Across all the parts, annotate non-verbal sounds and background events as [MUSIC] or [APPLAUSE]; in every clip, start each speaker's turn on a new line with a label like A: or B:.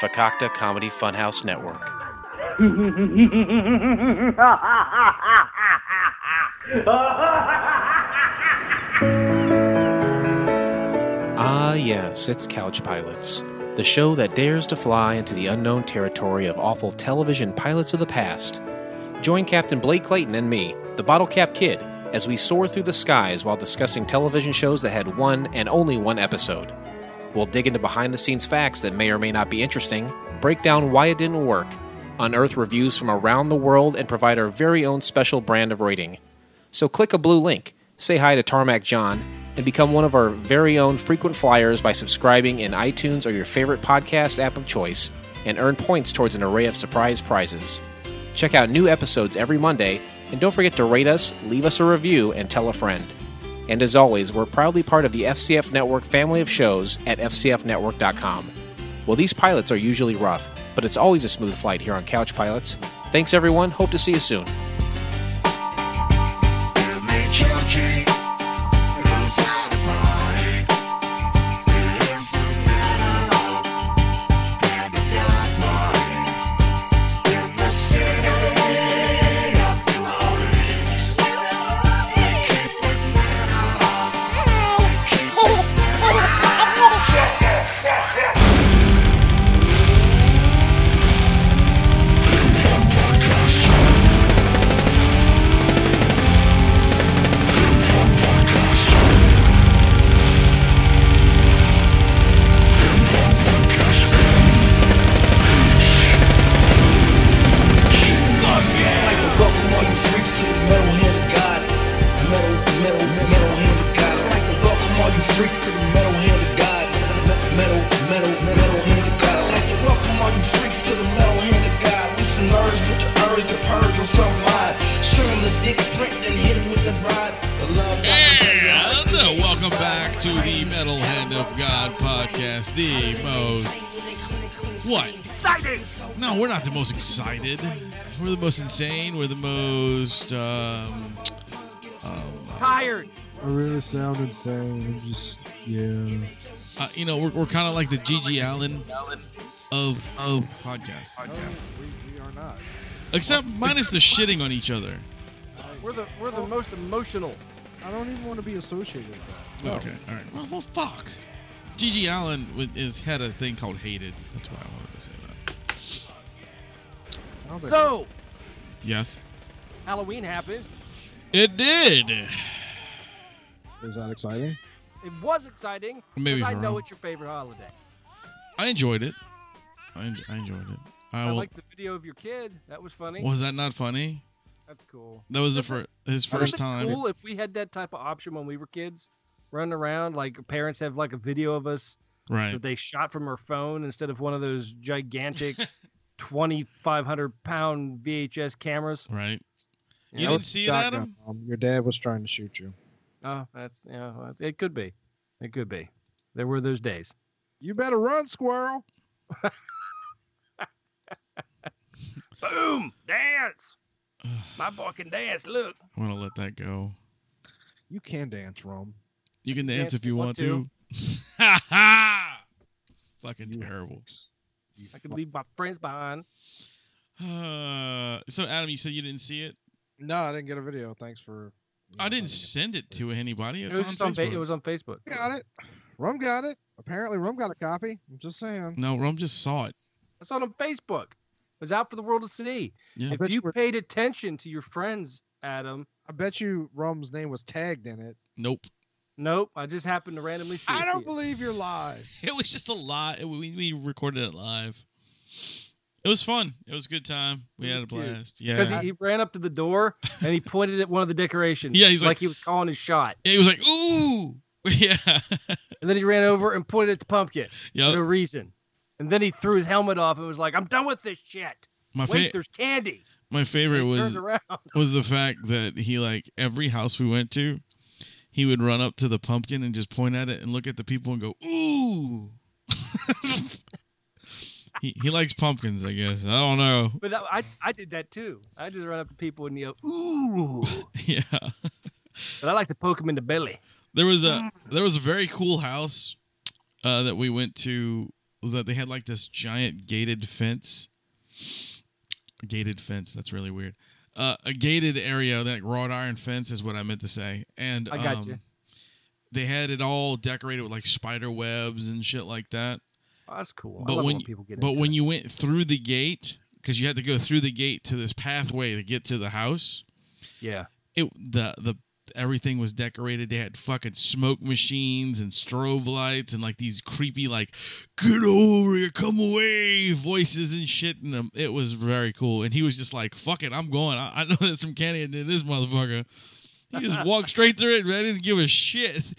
A: Fakakta Comedy Funhouse Network. Ah, yes, it's Couch Pilots, the show that dares to fly into the unknown territory of awful television pilots of the past. Join Captain Blake Clayton and me, the Bottle Cap Kid, as we soar through the skies while discussing television shows that had one and only one episode. We'll dig into behind the scenes facts that may or may not be interesting, break down why it didn't work, unearth reviews from around the world, and provide our very own special brand of rating. So click a blue link, say hi to Tarmac John, and become one of our very own frequent flyers by subscribing in iTunes or your favorite podcast app of choice and earn points towards an array of surprise prizes. Check out new episodes every Monday, and don't forget to rate us, leave us a review, and tell a friend. And as always, we're proudly part of the FCF Network family of shows at FCFnetwork.com. Well, these pilots are usually rough, but it's always a smooth flight here on Couch Pilots. Thanks, everyone. Hope to see you soon.
B: I'd like to welcome all you freaks to the metal hand of God. Metal, metal, metal hand of God. I'd like to welcome all you freaks to the metal hand of God. Metal, metal, metal hand of God. I'd like to welcome all you freaks to the metal hand of God. We some nerds with the urge to purge on some ride. Shoot 'em the dick print and hit 'em with the rod. The love.
C: And welcome back to the Metal Hand of God podcast, the most. What?
D: Exciting!
C: No, we're not the most excited. We're the most insane. We're the most. Um, uh,
D: Tired!
E: I really sound insane. I'm just, yeah.
C: uh, you know, we're, we're kind of like the Gigi Allen of, of podcasts.
E: we, we are not.
C: Except minus the shitting on each other.
D: We're the we're the most emotional.
E: I don't even want to be associated with that.
C: Okay, all right. Well, well fuck. Gigi Allen wa- is had a thing called Hated. That's why I wanted to say that.
E: I don't think-
D: So
C: Yes.
D: Halloween happened.
C: It did.
E: is that exciting?
D: It was exciting. 'cause
C: Maybe
D: I
C: for
D: know
C: all.
D: it's your favorite holiday.
C: I enjoyed it. I, en- I enjoyed it. I,
D: I
C: will.
D: liked the video of your kid. That was funny.
C: was that not funny?
D: That's cool.
C: That was the fir- his first time.
D: Cool if we had that type of option when we were kids, running around like parents have like a video of us
C: Right.
D: that they shot from her phone instead of one of those
C: [LAUGHS]
D: gigantic. 2500 pound vhs cameras
C: Right.
D: You
C: You
D: know,
C: didn't see it,
E: Shotgun,
C: Adam?
E: Mom. your dad was trying to shoot you.
D: oh that's yeah well, it could be it could be there were those days
E: You better run, squirrel.
D: boom dance
C: Ugh,
D: my boy can dance look
C: [SIGHS] I want to let that go.
E: You can dance, Rome.
C: You can dance if you want to. [LAUGHS] Fucking
E: You-
C: terrible. [SIGHS]
E: You
D: I could leave my friends behind.
C: Uh, so Adam, you said you didn't see it.
E: No, I didn't get a video. Thanks for.
C: I didn't send it to anybody. It's
D: it was
C: on
D: just on, fa-
C: Facebook.
D: it was on Facebook.
E: Got it. Rum got it. Apparently, Rum got a copy. I'm just saying.
C: no, Rome just saw it.
D: I saw it on Facebook. It was out for the world to see.
C: Yeah.
D: If
E: bet
D: you
E: you were-
D: paid attention to your friends, Adam.
E: I bet you Rum's name was tagged in it.
C: Nope. [LAUGHS]
D: Nope, I just happened to randomly see.
E: I
D: it.
E: don't believe your lies.
C: It was just a lot. It- we, we recorded it live. It was fun. It was a good time. We
E: It
C: had
E: was
C: a
E: cute.
C: blast. Yeah.
D: because he, he ran up to the door and he pointed at one of the decorations.
C: [LAUGHS] Yeah, he's like-
D: he was calling his shot,
C: Yeah, he was like, ooh. [LAUGHS] yeah.
D: and then he ran over and pointed at the pumpkin for no
C: yep.
D: reason, and then he threw his helmet off and was like, "I'm done with this shit.
C: My,
D: Wait,
C: fa-
D: there's candy."
C: my favorite
D: He
C: was
D: turned around. [LAUGHS]
C: was the fact that he like every house we went to, he would run up to the pumpkin and just point at it and look at the people and go, ooh. [LAUGHS] he, he likes pumpkins, I guess. I don't know. [LAUGHS]
D: But I, I- I did that too. I just ran up to people and yell,
C: [LAUGHS]
D: "Ooh!"
C: Yeah.
D: but I like to poke them in the belly.
C: There was a there was a very cool house uh, that we went to that they had like this giant gated fence. Gated fence. That's really weird. Uh, a gated area, that wrought iron fence is what I meant to say. And um,
D: I got you.
C: They had it all decorated with like spider webs and shit like that.
D: Oh, that's cool. I
C: But
D: love
C: when
D: when people get
C: But
D: into
C: when
D: it.
C: you went through the gate, because you had to go through the gate to this pathway to get to the house,
D: yeah,
C: it the the everything was decorated. They had fucking smoke machines and strobe lights and like these creepy like "get over here, come away" voices and shit. And um, it was very cool. And he was just like, "Fuck it, I'm going. I, I know [LAUGHS] there's some candy in this motherfucker." He
D: [LAUGHS]
C: just walked straight through it. Man. I didn't give a shit.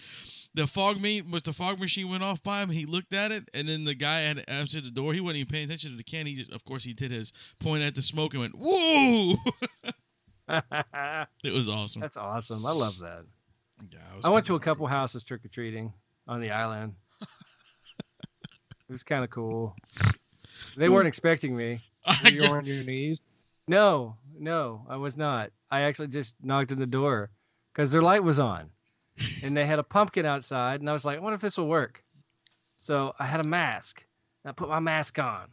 C: The fog me was the fog machine went off by him. He looked at it, and then the guy had answered the door. He wasn't even paying attention to the candy. He just, of course, he did his point at the smoke and went, "Whoa!" [LAUGHS] it was awesome.
D: that's awesome. I love that.
C: Yeah, it was
D: I went to a
C: pretty fucking
D: couple houses trick or treating on the island. it was kind of cool. They weren't expecting me.
C: cool. [LAUGHS]
E: Were
C: I
E: you
C: got-
E: on your knees?
D: No, no, I was not. I actually just knocked on the door because their light was on, and they had a pumpkin outside, and I was like, I wonder if this will work. So I had a mask. And I put my mask on,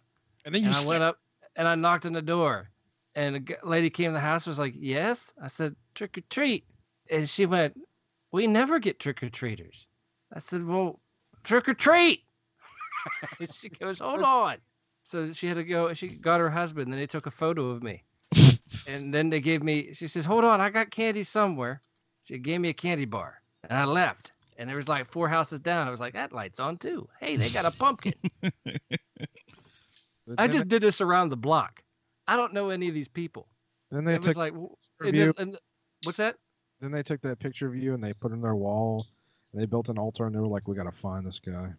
E: And then you
D: and I
E: stick-
D: went up and I knocked on the door, and a g- lady came in the house was like, "Yes." I said, "Trick or treat," and she went, "We never get trick or treaters." I said, "Well, trick or treat." [LAUGHS] she goes, "Hold on." So she had to go. She got her husband, and they took a photo
E: [LAUGHS]
D: of me, and then they gave me. She says, "Hold on, I got candy somewhere." She gave me a candy bar, and I left. And there was like four houses down. I was like, "That light's on too." Hey, they got a pumpkin.
E: Then
D: I
E: they-
D: just did this around the block. I don't know any of these people.
E: Then they
D: it was
E: took.
D: like, w-
E: picture
D: and
E: of you.
D: then- and- what's that? [LAUGHS]
E: then they took that picture of you and they put it on their wall. And they built an altar and they were like, "We gotta find this guy."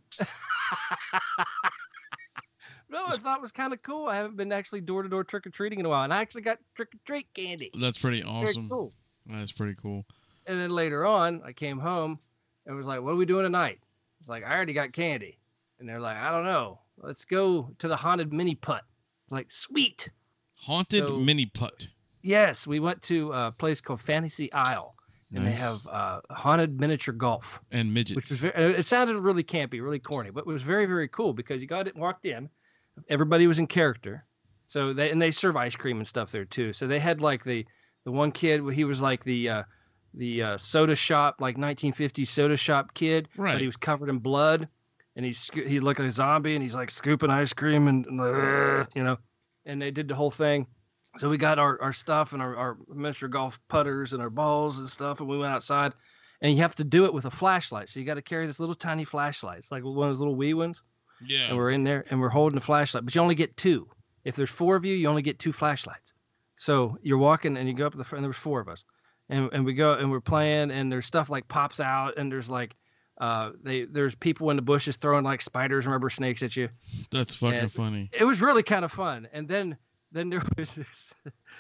D: No, I thought it was kind of cool. I haven't been actually door to door trick or treating in a while, and I actually got trick or treat candy.
C: That's pretty awesome.
D: Very cool.
C: That's pretty cool.
D: And then later on, I came home and was like, "What are we doing tonight?" It's like I already got candy, and they're like, "I don't know. Let's go to the haunted mini putt." It's like sweet.
C: Haunted
D: So-
C: mini putt.
D: Yes, we went to a place called Fantasy Isle, and
C: Nice.
D: they have uh, haunted miniature golf.
C: and
D: which was
C: midgets.
D: very, it sounded really campy, really corny, but it was very very cool because you got it walked in, everybody was in character, so they and they serve ice cream and stuff there too. So they had like the the one kid he was like the uh, the uh, soda shop like 1950s soda shop kid,
C: Right.
D: but he was covered in blood, and he's sco- he looked like a zombie and he's like scooping ice cream and, and, uh, you know, and they did the whole thing. So we got our, our stuff and our, our miniature golf putters and our balls and stuff, and we went outside and you have to do it with a flashlight. So you got to carry this little tiny flashlight. It's like one of those little wee ones. And
C: yeah.
D: we're in there and we're holding the flashlight, but you only get two. If there's four of you, you only get two flashlights. So you're walking and you go up to the front, and there was four of us. And, and we go and we're playing and there's stuff like pops out and there's like uh they there's people in the bushes throwing like spiders and rubber snakes at you
C: That's fucking
D: and-
C: funny.
D: it was really kind of fun. And then then there [LAUGHS] was this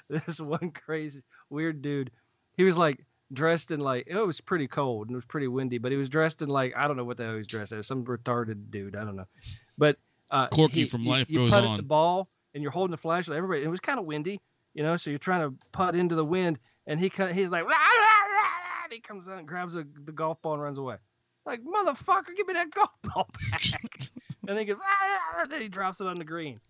D: this one crazy weird dude. He was like dressed in like it was pretty cold and it was pretty windy, but he was dressed in like I don't know what the hell he was dressed as. Some retarded dude, I don't know. But uh,
C: Corky
D: he-
C: from
D: you-
C: Life
D: you
C: Goes
D: putted
C: On.
D: The ball and you're holding the flashlight. Everybody, it was kind of windy, you know. So you're trying to putt into the wind, and he kind of he's like, [LAUGHS] "Rah, rah, rah, rah," and he comes down and grabs the the golf ball and runs away. Like motherfucker, give me that [LAUGHS] golf ball back. and he goes, [LAUGHS] "Rah, rah, rah," and then he drops it on the green. I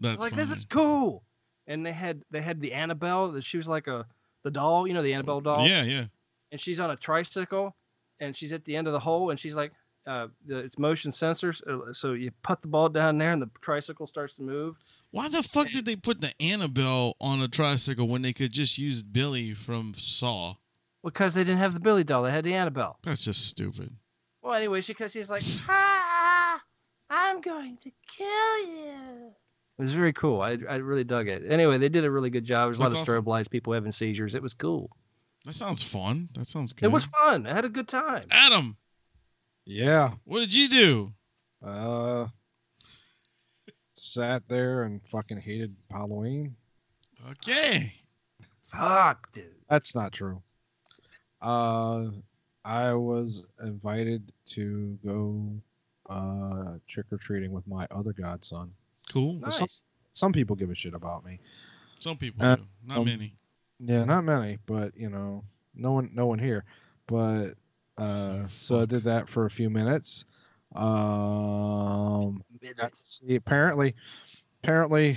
C: That's
D: was like
C: funny.
D: this is cool. And they had they had the Annabelle. that She was like a the doll, you know, the Annabelle doll.
C: Yeah, yeah.
D: And she's on a tricycle, and she's at the end of the hole, and she's like, uh, the, it's motion sensors. uh, So you put the ball down there, and the tricycle starts to move.
C: Why the fuck did they put the Annabelle on a tricycle when they could just use Billy from Saw?
D: Because they didn't have the Billy doll, they had the Annabelle.
C: That's just stupid.
D: Well, anyway, she
C: [LAUGHS]
D: because she's like, ah, I'm going to kill you. It was very cool. I, I really dug it. Anyway, they did a really good job. There was a lot
C: That's
D: of
C: awesome.
D: strobe lights, people having seizures. It was cool.
C: That sounds fun. That sounds good.
D: It was fun. I had a good time.
C: Adam,
E: Yeah.
C: what did you do?
E: Uh, sat there and fucking hated Halloween.
C: Okay.
D: Fuck, dude.
E: That's not true. Uh, I was invited to go uh, trick or treating with my other godson.
C: Cool.
E: Nice. Some people give a shit about me.
C: Some people
E: Uh,
C: do. Not
E: um,
C: many.
E: Yeah, not many, but you know, no one, no one here. But uh, so I
C: Fuck.
E: did that for a few minutes. Um,
D: Midnight's
E: that's see, apparently, apparently,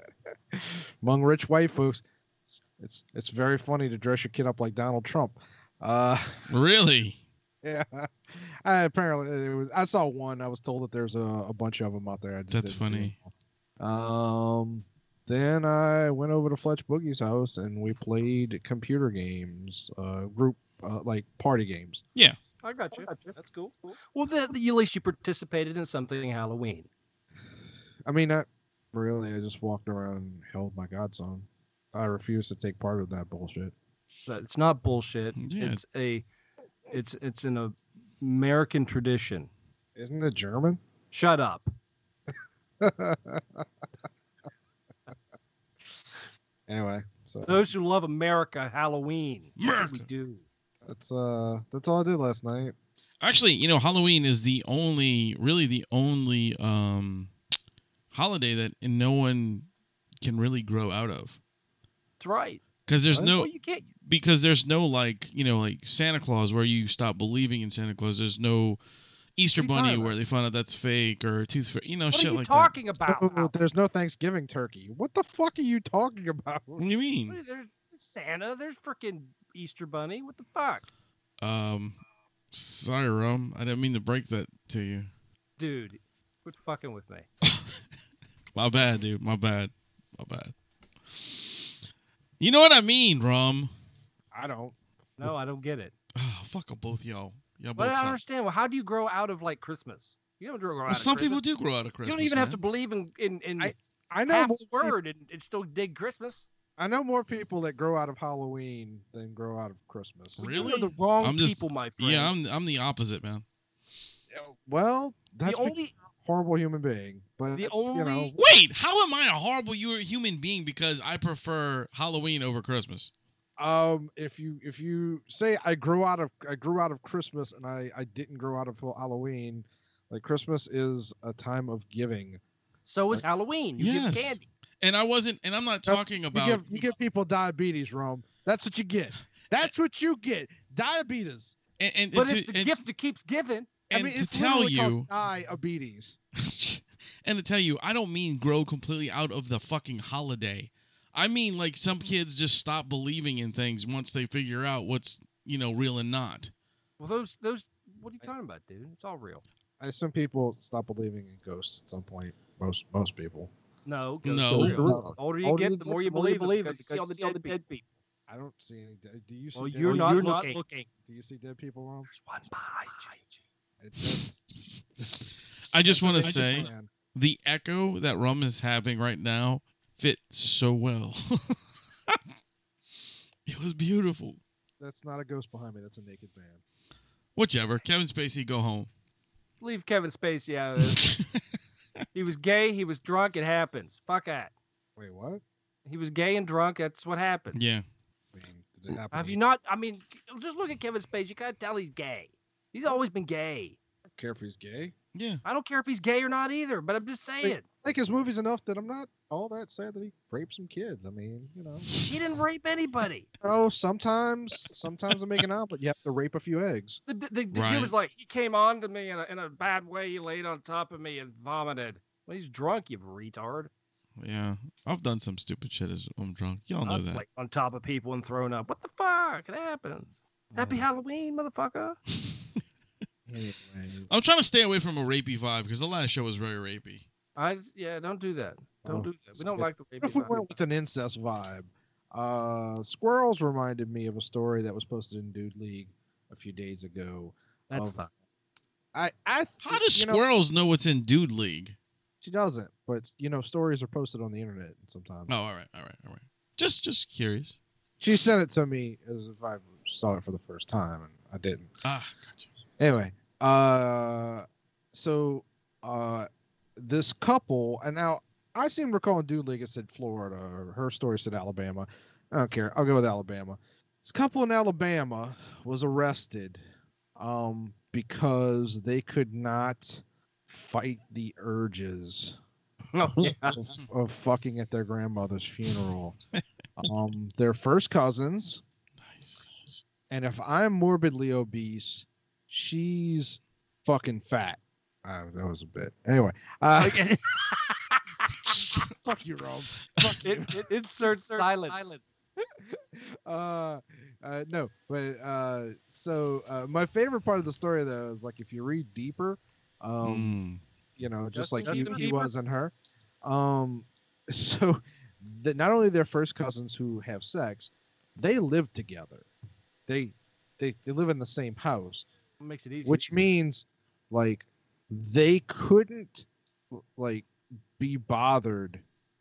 E: [LAUGHS] among rich white folks, it's, it's it's very funny to dress your kid up like Donald Trump. Uh, [LAUGHS]
C: Really?
E: yeah, I apparently it was. I saw one. I was told that there's a, a bunch of them out there. I just
C: That's
E: didn't see
C: funny.
E: 'em all. Um, then I went over to Fletch Boogie's house and we played computer games, uh, group uh, like party games.
F: I got you. That's cool.
D: Well, that, you- at least you participated in something Halloween.
E: I mean, not really. I just walked around and held my godson. I refuse to take part of that bullshit.
D: But it's not bullshit.
C: Yeah.
D: It's a, it's it's an American tradition.
E: Isn't it German? [LAUGHS]
D: Shut up.
E: Anyway, so
D: Those who love America, Halloween. That's what we
C: America.
D: do.
E: that's uh that's all I did last night.
C: Actually, you know, Halloween is the only, really the only um, holiday that no one can really grow out of.
D: That's right.
C: Because there's
E: What?
C: no,
D: Well, you can't.
C: because there's no like you know like Santa Claus where you stop believing in Santa Claus. There's no Easter
D: What are you
C: Bunny
D: talking
C: where they find out that's fake or Tooth Fairy. You know
D: What
C: shit
D: are you
C: like
D: talking
E: Oh,
D: about? What
E: there's no Thanksgiving turkey. What the fuck are you talking about?
C: that. What do you mean?
D: are- There's Santa. There's freaking Easter Bunny. What the fuck,
C: Um, sorry, Rum. I didn't mean to break that to you.
D: dude? Quit fucking with me.
C: My bad, dude. My bad. My bad. You know what I mean, Rum.
E: I don't.
D: No, I don't get it.
C: Oh, fuck up both y'all. Y'all both.
D: But I don't
C: suck.
D: understand. Well, how do you grow out of like Christmas? You don't grow out.
C: Well,
D: of
C: some people
D: Christmas.
C: do grow out of Christmas.
D: you don't even have to
C: man.
D: believe in in, in
E: I know.
D: half
E: More,
D: the word and, and still dig Christmas.
E: I know more people that grow out of Halloween than grow out of Christmas.
C: Really?
D: You're the wrong
C: I'm just-
D: people, my friend.
C: Yeah, I'm I'm the opposite, man.
E: Well, that's
D: the
E: because
D: only
E: you're a horrible human being. But
D: the
E: you know,
D: only
C: Wait, how am I a horrible you- human being because I prefer Halloween over Christmas?
E: um, if you if you say I grew out of I grew out of Christmas and I I didn't grow out of Halloween, like Christmas is a time of giving.
D: so is Halloween. You give
C: Yes.
D: candy.
C: And I wasn't, and I'm not
E: Nope.
C: talking
E: You
C: about.
E: give you give people diabetes, Rome. That's what you get. That's what you get. Diabetes.
C: and, and,
D: But
C: and
D: it's
C: to,
D: the
C: and,
D: gift that keeps giving.
E: I
C: and
E: mean,
C: to
E: it's
C: tell
E: literally called
C: you,
E: diabetes.
C: [LAUGHS] and to tell you, I don't mean grow completely out of the fucking holiday. I mean like some kids just stop believing in things once they figure out what's you know real and not.
D: Well, those those. What are you talking about, dude? It's all real.
E: I assume people stop believing in ghosts at some point. Most most people.
D: No. ghosts
C: No.
D: are
C: Oh,
D: real.
E: No,
D: The older you get, the more you believe, it because you see all the dead people.
E: I don't see any. dead- Do you see?
D: Well,
E: dead
D: you're
E: people?
D: not looking.
E: Do you see dead people, Rome?
D: There's one behind you.
E: It- that's-
C: I just want to
E: that's a
C: say
E: plan.
C: the echo that Rum is having right now fits so well. [LAUGHS] it was beautiful.
E: that's not a ghost behind me. That's a naked man.
C: Whichever. Kevin Spacey, go home.
D: Leave Kevin Spacey out
C: [LAUGHS]
D: of this. he was gay. He was drunk. It happens. Fuck that.
E: Wait, what?
D: He was gay and drunk. That's what happened.
C: yeah.
E: I mean, did it happen?
D: Have you not? I mean, just look at Kevin Spacey. You can't tell he's gay. He's always been gay.
E: care if he's gay?
C: Yeah.
D: I don't care if he's gay or not either. But I'm just saying,
E: I like his movies enough that I'm not all that sad that he raped some kids. I mean, you know.
D: he didn't rape anybody.
E: Oh, sometimes, sometimes I make an omelet. You have to rape a few eggs.
D: The, the, the
C: Right.
D: dude was like, he came on to me in a, in a bad way. He laid on top of me and vomited. Well, he's drunk, you retard.
C: Yeah. I've done some stupid shit as I'm drunk. Y'all know
D: I've
C: that.
D: laid on top of people and thrown up. What the fuck? It happens. Happy
E: Uh,
D: Halloween, motherfucker.
E: Anyway,
C: [LAUGHS] I'm trying to stay away from a rapey vibe because the last show was very rapey.
D: I just- yeah, don't do that. Don't
E: Oh,
D: do that. We don't
E: yeah.
D: like the way
E: what if
C: [LAUGHS]
E: we went with an incest vibe? Uh, squirrels reminded me of a story that was posted in Dude League a few days ago.
D: That's
E: of-
D: fine.
E: I, I,
C: How do squirrels know, what's in Dude League?
E: she doesn't, but you know, stories are posted on the internet sometimes.
C: Oh, all right, all right, all right. Just, just curious.
E: She sent it to me as if I saw it for the first time, and I didn't.
C: Ah, gotcha.
E: anyway uh so uh this couple and now i seem to recall in dude league it said florida or her story said alabama i don't care i'll go with alabama this couple in alabama was arrested um because they could not fight the urges
D: [LAUGHS] Oh, yeah.
E: of, of fucking at their grandmother's funeral um their first cousins
C: Nice.
E: and if I'm morbidly obese, she's fucking fat. Uh, that was a bit. Anyway, uh, fuck you, Rome. Fuck you.
D: It, it inserts silence.
E: [LAUGHS] uh, uh, no, but uh, so uh, my favorite part of the story though is like if you read deeper, um,
C: Mm.
E: you know, just
F: Justin-
E: like he,
F: Justin
E: he
F: Bieber?
E: was and her. Um, [LAUGHS] so the, not only their first cousins who have sex, they live together. They they they live in the same house,
D: Makes it easy.
E: which means like they couldn't like be bothered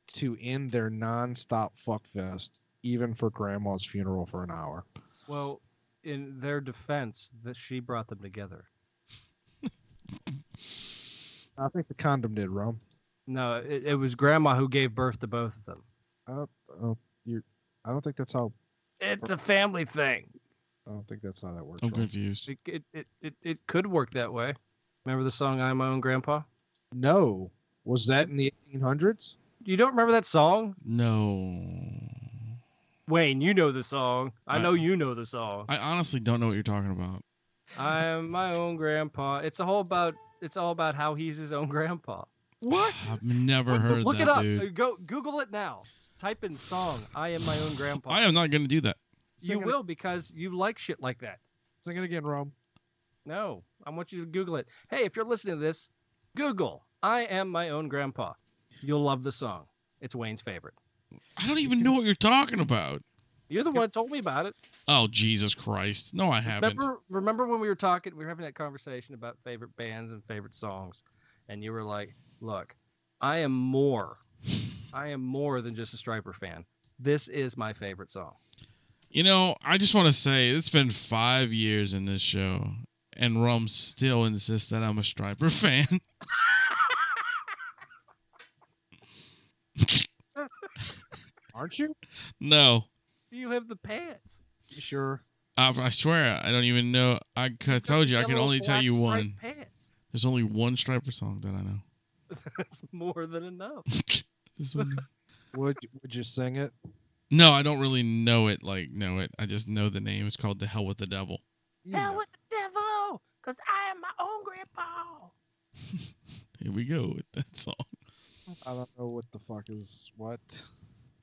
E: to end their nonstop fuckfest even for grandma's funeral for an hour.
D: well, in their defense, that she brought them together.
E: I think the condom did, Rome.
D: No, it, it was grandma who gave birth to both of them.
E: Oh, you I don't think that's how
D: It's a family thing.
E: I don't think that's how that works.
C: Hmm, I'm
E: Rome.
C: confused.
D: It it, it, it it could work that way. Remember the song "I'm My Own Grandpa"?
E: No. Was that in the 1800s?
D: You don't remember that song,
C: No,
D: Wayne? You know the song. I
C: I-
D: know you know the song.
C: I honestly don't know what you're talking about.
D: I'm my own grandpa. It's a whole about. It's all about how he's his own grandpa.
C: I've never heard
D: Look
C: that,
D: it up. Uh,
C: dude.
D: Go Google it now. Type in song. I am my own grandpa.
C: I am not going to do that.
D: you
E: Sing it-
D: will because you like shit like that.
E: Sing it again, Rome.
D: No, I want you to Google it. Hey, if you're listening to this, Google "I am my own grandpa." You'll love the song. It's Wayne's favorite.
C: I don't even know what you're talking about.
D: You're the one that told me about it.
C: Oh Jesus Christ! No, I haven't.
D: Remember, remember when we were talking, we were having that conversation about favorite bands and favorite songs, and you were like, "Look, I am more, I am more than just a Striper fan. This is my favorite song."
C: You know, I just want to say it's been five years in this show, and Rum still insists that I'm a Striper [LAUGHS] fan.
E: Aren't you?
C: no,
D: You have the pants.
E: You sure?
C: I, I swear I don't even know. I, c- I told you I can
D: Yellow,
C: only tell
D: black
C: you
D: striped
C: one.
D: Pants. [LAUGHS]
C: There's only one Striper song that I know. [LAUGHS]
D: That's more than enough.
C: This one.
E: Would would you sing it?
C: No, I don't really know it. Like know it. I just know the name. It's called "The Hell with the Devil."
E: You
D: Hell
E: know.
D: with the devil, cause I am my own grandpa.
C: Here we go with that song.
E: I don't know what the fuck is what.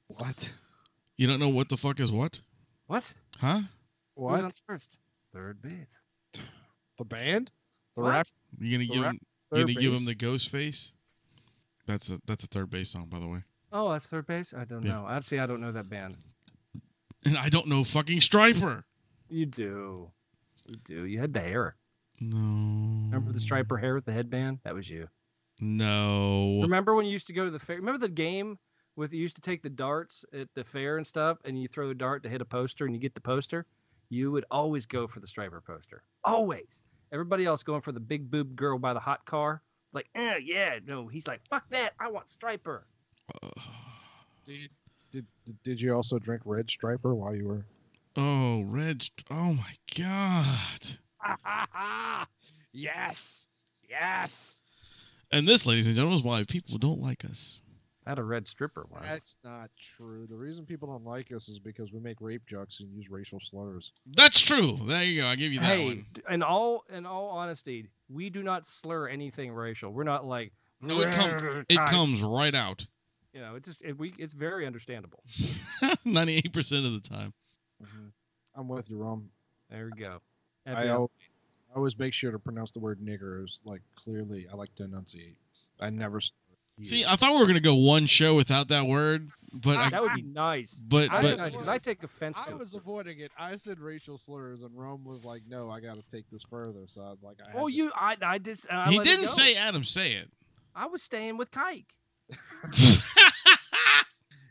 E: What?
C: You don't know what the fuck is what?
D: What?
C: Huh?
D: Who's
E: What?
D: on first? Third base.
E: the band? The
D: What?
E: rap?
C: You gonna
E: The
C: give
E: rap-
C: him? You
E: third
C: gonna give him
E: base?
C: the ghost face? That's a that's a third base song, by the way. [LAUGHS]
D: Oh, that's third base. I don't
C: Yeah.
D: know. I'd say I don't know that band.
C: And I don't know fucking Striper.
D: You do. You do. You had the hair.
C: No.
D: Remember the striper hair with the headband? That was you.
C: No.
D: Remember when you used to go to the fair? Remember the game with you used to take the darts at the fair and stuff, and you throw a dart to hit a poster and you get the poster? You would always go for the striper poster. Always. Everybody else going for the big boob girl by the hot car. Like, eh, yeah, no. He's like, fuck that. I want striper. [LAUGHS]
E: Did, did did you also drink Red Striper while you were?
C: Oh, Red. St- Oh my God.
E: Yes. Yes.
C: And this, ladies and gentlemen, is why people don't like us.
D: I had a red stripper one.
E: That's not true. The reason people don't like us is because we make rape jokes and use racial slurs.
C: That's true. There you go. I give you that
D: hey,
C: one.
D: d- in all in all honesty, we do not slur anything racial. We're not like
C: No, it, come, it comes right out. [LAUGHS]
D: you know, it's just it, we it's very understandable.
C: Ninety-eight percent of the time.
E: I'm with you, Rom.
D: There we go.
E: Mm-hmm. I,
D: FBI.
E: al- I always make sure to pronounce the word nigger as like clearly. I like to enunciate. I never. s-
C: See, I thought we were gonna go one show without that word, but I,
D: Ah, that would be nice.
C: but
D: I,
C: but
E: know.
D: because I take offense
E: I
D: to
E: was
D: it.
E: avoiding it. I said racial slurs, and Rome was like, "No, I got to take this further." So I was like, I had
D: Well,
E: to-
D: you, I, I just I
C: he
D: let it
C: didn't
D: go.
C: say Adam. Say
D: [LAUGHS]
C: it.
D: I was staying with Kike.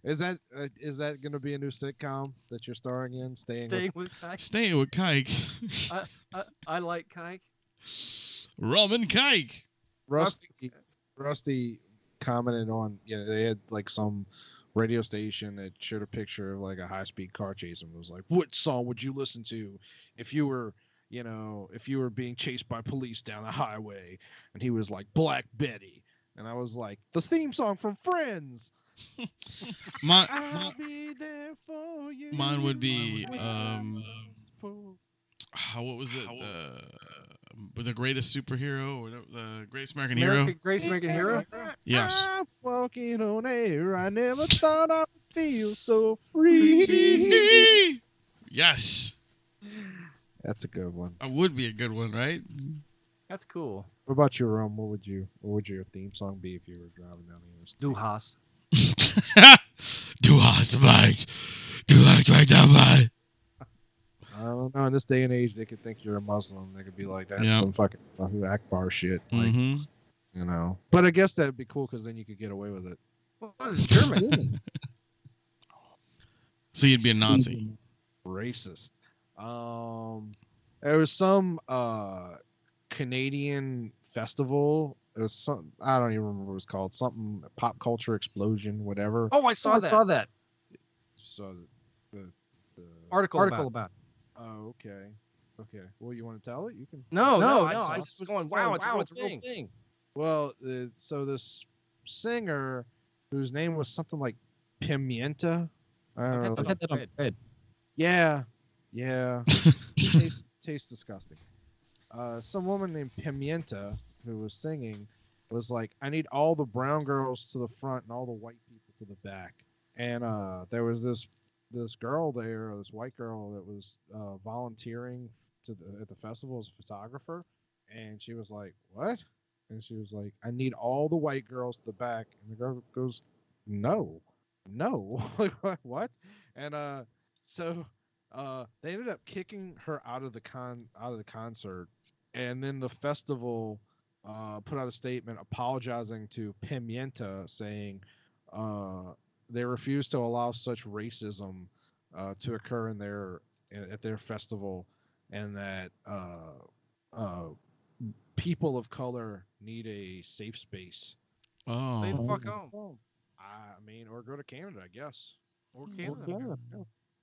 E: is that uh, is that going to be a new sitcom that you're starring in? Staying.
D: Staying with
C: [LAUGHS]
D: Kike.
C: Staying with
D: [LAUGHS]
C: Kike.
D: I, I like Kike.
C: Rum and Kike.
E: Rusty. Rusty commented on. Yeah, they had like some radio station that showed a picture of like a high speed car chase and was like, "What song would you listen to if you were?" You know, if you were being chased by police down the highway, and he was like Black Betty, and I was like, the theme song from Friends.
C: My,
D: Ah,
E: I'll be there for you.
C: mine would be
D: uh,
E: When
C: um
E: I'm most poor.
C: how- what was it uh, the greatest superhero or the- the greatest American
D: America,
C: hero.
D: Grace American Ah, Hero.
C: Yes.
E: I'm walking on air. I never thought I'd feel so free.
C: yes,
E: That's a good one.
C: that would be a good one,
D: [LAUGHS]
C: right?
D: That's cool.
E: What about your um? What would you? What would your theme song be if you were driving down the interstate?
D: Du hast.
C: Do Osmite, do Osmite,
E: I don't know. In this day and age, they could think you're a Muslim. They could be like, "That's
C: Yeah.
E: some fucking Abu Akbar shit," like,
C: Mm-hmm.
E: you know. But I guess that'd be cool because then you could get away with it.
D: What is German?
C: [LAUGHS] So you'd be a Nazi.
E: Racist. Um, there was some uh Canadian festival. It was some. I don't even remember what it was called. Something pop culture explosion, whatever.
D: oh, I saw
F: I
D: that.
F: saw
D: that
E: So the the
D: article.
F: Article
D: about.
F: about.
E: oh okay okay. Well, you want to tell it? You can.
F: No,
D: No, no, no. I,
F: no,
D: just,
F: I
D: was
F: just was
D: going,
F: going,
D: wow, it's,
F: wow,
D: a real thing.
E: Well, uh, so this singer, whose name was something like Pimienta, I don't know.
D: I've Oh. had that on bread.
E: Yeah, yeah. tastes, tastes disgusting. Uh, some woman named Pimienta who was singing was like, "I need all the brown girls to the front and all the white people to the back." And uh, there was this this girl there, this white girl that was uh, volunteering to the, at the festival as a photographer, and she was like, "What?" And she was like, "I need all the white girls to the back," and the girl goes, "No, no, [LAUGHS] like what- what?" And uh, so uh, they ended up kicking her out of the con out of the concert, and then the festival uh, put out a statement apologizing to Pimienta, saying uh, they refuse to allow such racism uh, to occur in their at their festival, and that uh, uh, people of color need a safe space.
D: Stay the
E: Uh-huh.
C: Oh,
D: fuck home.
E: I mean, or go to Canada, I guess.
D: Or Canada.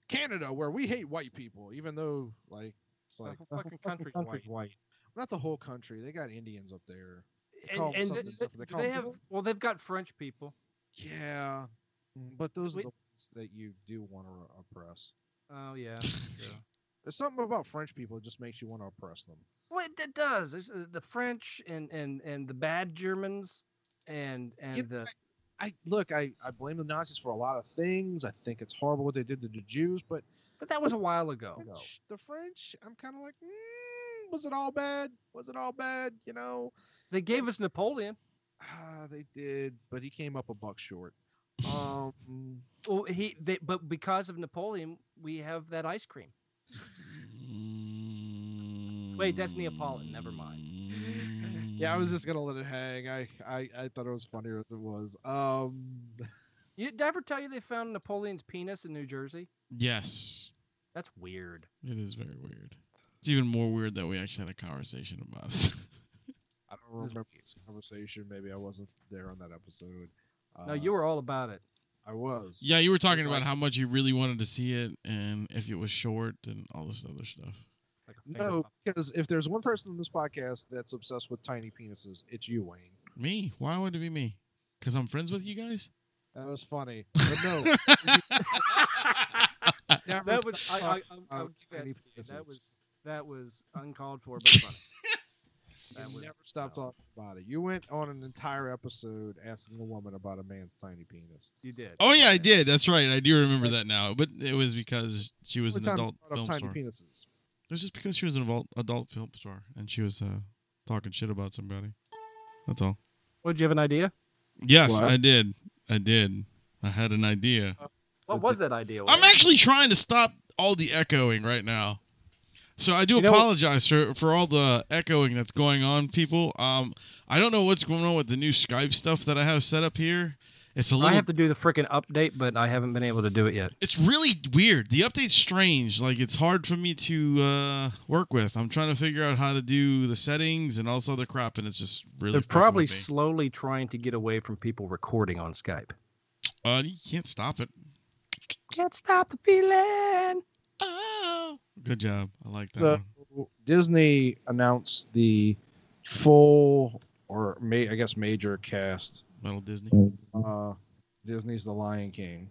E: Canada, where we hate white people, even though like it's like
D: The fucking country's white.
E: not the whole country. They got Indians up there. call
D: And,
E: them
D: and
E: something
D: th-
E: different. They
D: th-
E: call
D: they
E: them
D: have, well, they've got French people.
E: Yeah, Mm, but those
D: We-
E: are the ones that you do want to oppress.
D: Oh, yeah.
E: [LAUGHS] There's something about French people that just makes you want to oppress them.
D: Well, it, it does. There's, uh, the French and, and, and the bad Germans and and
E: Yeah,
D: the
E: I look, I I blame the Nazis for a lot of things. I think it's horrible what they did to the Jews, but
D: but that was a while ago.
E: French- the French, I'm kind of like, mm, was it all bad? Was it all bad? You know,
D: They gave us Napoleon.
E: ah, they did, but he came up a buck short. Um.
D: Well, he they, but because of Napoleon, we have that ice cream. Wait, that's Neapolitan. Never mind.
E: Yeah, I was just gonna let it hang. I, I, I thought it was funnier as it was. Um,
D: You, did I ever tell you they found Napoleon's penis in New Jersey?
C: yes.
D: That's weird.
C: It is very weird. It's even more weird that we actually had a conversation about it. [LAUGHS]
E: I don't remember this conversation. Maybe I wasn't there on that episode. Uh,
D: no, you were all about it.
E: I was.
C: yeah, you were talking about how much you really wanted to see it and if it was short and all this other stuff.
D: Like a finger
E: No,
D: pop.
E: because if there's one person in this podcast that's obsessed with tiny penises, it's you, Wayne.
C: Me? Why would it be me? Because I'm friends with you guys?
E: That was funny. [LAUGHS] But no, [LAUGHS] never
D: that was
E: stop
D: I, I, I,
E: talking
D: I
E: about
D: would give
E: tiny
D: that, to you.
E: penises.
D: that was that was uncalled for but [LAUGHS] funny.
E: You
D: that was-
E: never stopped
D: no.
E: talking about it. You went on an entire episode asking a woman about a man's tiny penis.
D: You did.
C: Oh, yeah, I did. That's right. I do remember that now. But it was because she was
E: Every
C: an
E: time you
C: adult
E: brought
C: film
E: up tiny
C: star. It
E: penises.
C: was just because she was an adult, adult film star and she was uh, talking shit about somebody. That's all.
D: Would you have an idea?
C: Yes,
E: What?
C: I did. I did. I had an idea.
D: Oh. What
E: The-
D: was that idea?
C: I'm
D: Wayne?
C: actually trying to stop all the echoing right now. So I do
D: You know-
C: apologize for, for all the echoing that's going on, people. Um, I don't know what's going on with the new Skype stuff that I have set up here. It's a
D: I
C: little,
D: have to do the freaking update, but I haven't been able to do it yet.
C: it's really weird. The update's strange. Like it's hard for me to uh, work with. I'm trying to figure out how to do the settings and all this other crap, and it's just really. fucking
D: They're
C: with
D: probably
C: me.
D: slowly trying to get away from people recording on Skype.
C: uh, you can't stop it.
D: Can't stop the feeling.
C: Oh, good job. I like that.
E: So
C: one.
E: Disney announced the full or ma- I guess major cast.
C: Metal Disney. Mm-hmm.
E: Uh, Disney's The Lion King.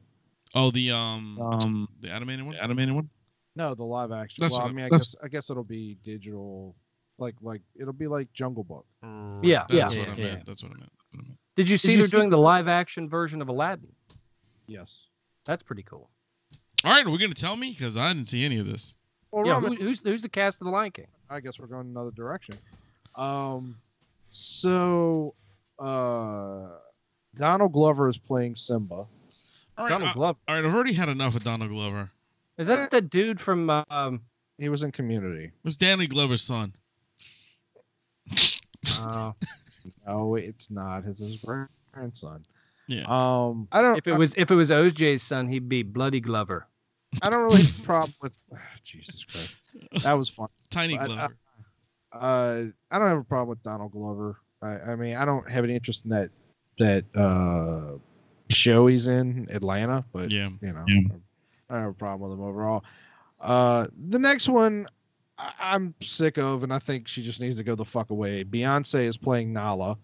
C: Oh, the um,
E: Um,
C: the animated one.
E: no, the live action.
C: That's
E: well, I
C: what-
E: mean, I
C: that's-
E: guess I guess it'll be digital. like like it'll be like Jungle Book.
C: Right,
D: Yeah,
C: that's
D: yeah,
C: what I
D: yeah,
C: meant.
D: yeah.
C: That's what I meant. That's what I meant.
D: Did you see
E: you
D: they're
E: see-
D: doing the live action version of Aladdin?
E: Yes.
D: That's pretty cool.
C: All right, are we gonna tell me? Because I didn't see any of this.
E: Well,
D: yeah,
E: Robin,
D: who, who's who's the cast of the Lion King?
E: I guess we're going another direction. Um, so uh, Donald Glover is playing Simba.
C: All right, uh,
D: Donald
C: I-
D: Glover.
C: all right. I've already had enough of Donald Glover.
D: Is that the dude from?
C: [LAUGHS]
D: Um,
E: He was in Community.
C: It was Danny Glover's son.
D: uh,
E: No, it's not. It's his grandson.
C: Yeah.
E: Um, I don't.
D: if it was if it was OJ's son, he'd be Bloody Glover.
E: I, I don't really have a problem with. [SIGHS] Jesus Christ, that was fun.
C: Tiny
E: But, uh,
C: Glover.
E: Uh, I don't have a problem with Donald Glover. I, I mean, I don't have any interest in that that uh, show he's in Atlanta, but
C: yeah.
E: you know,
C: Yeah.
E: I don't have a problem with them overall. Uh, the next one I- I'm sick of, and I think she just needs to go the fuck away. Beyonce is playing Nala.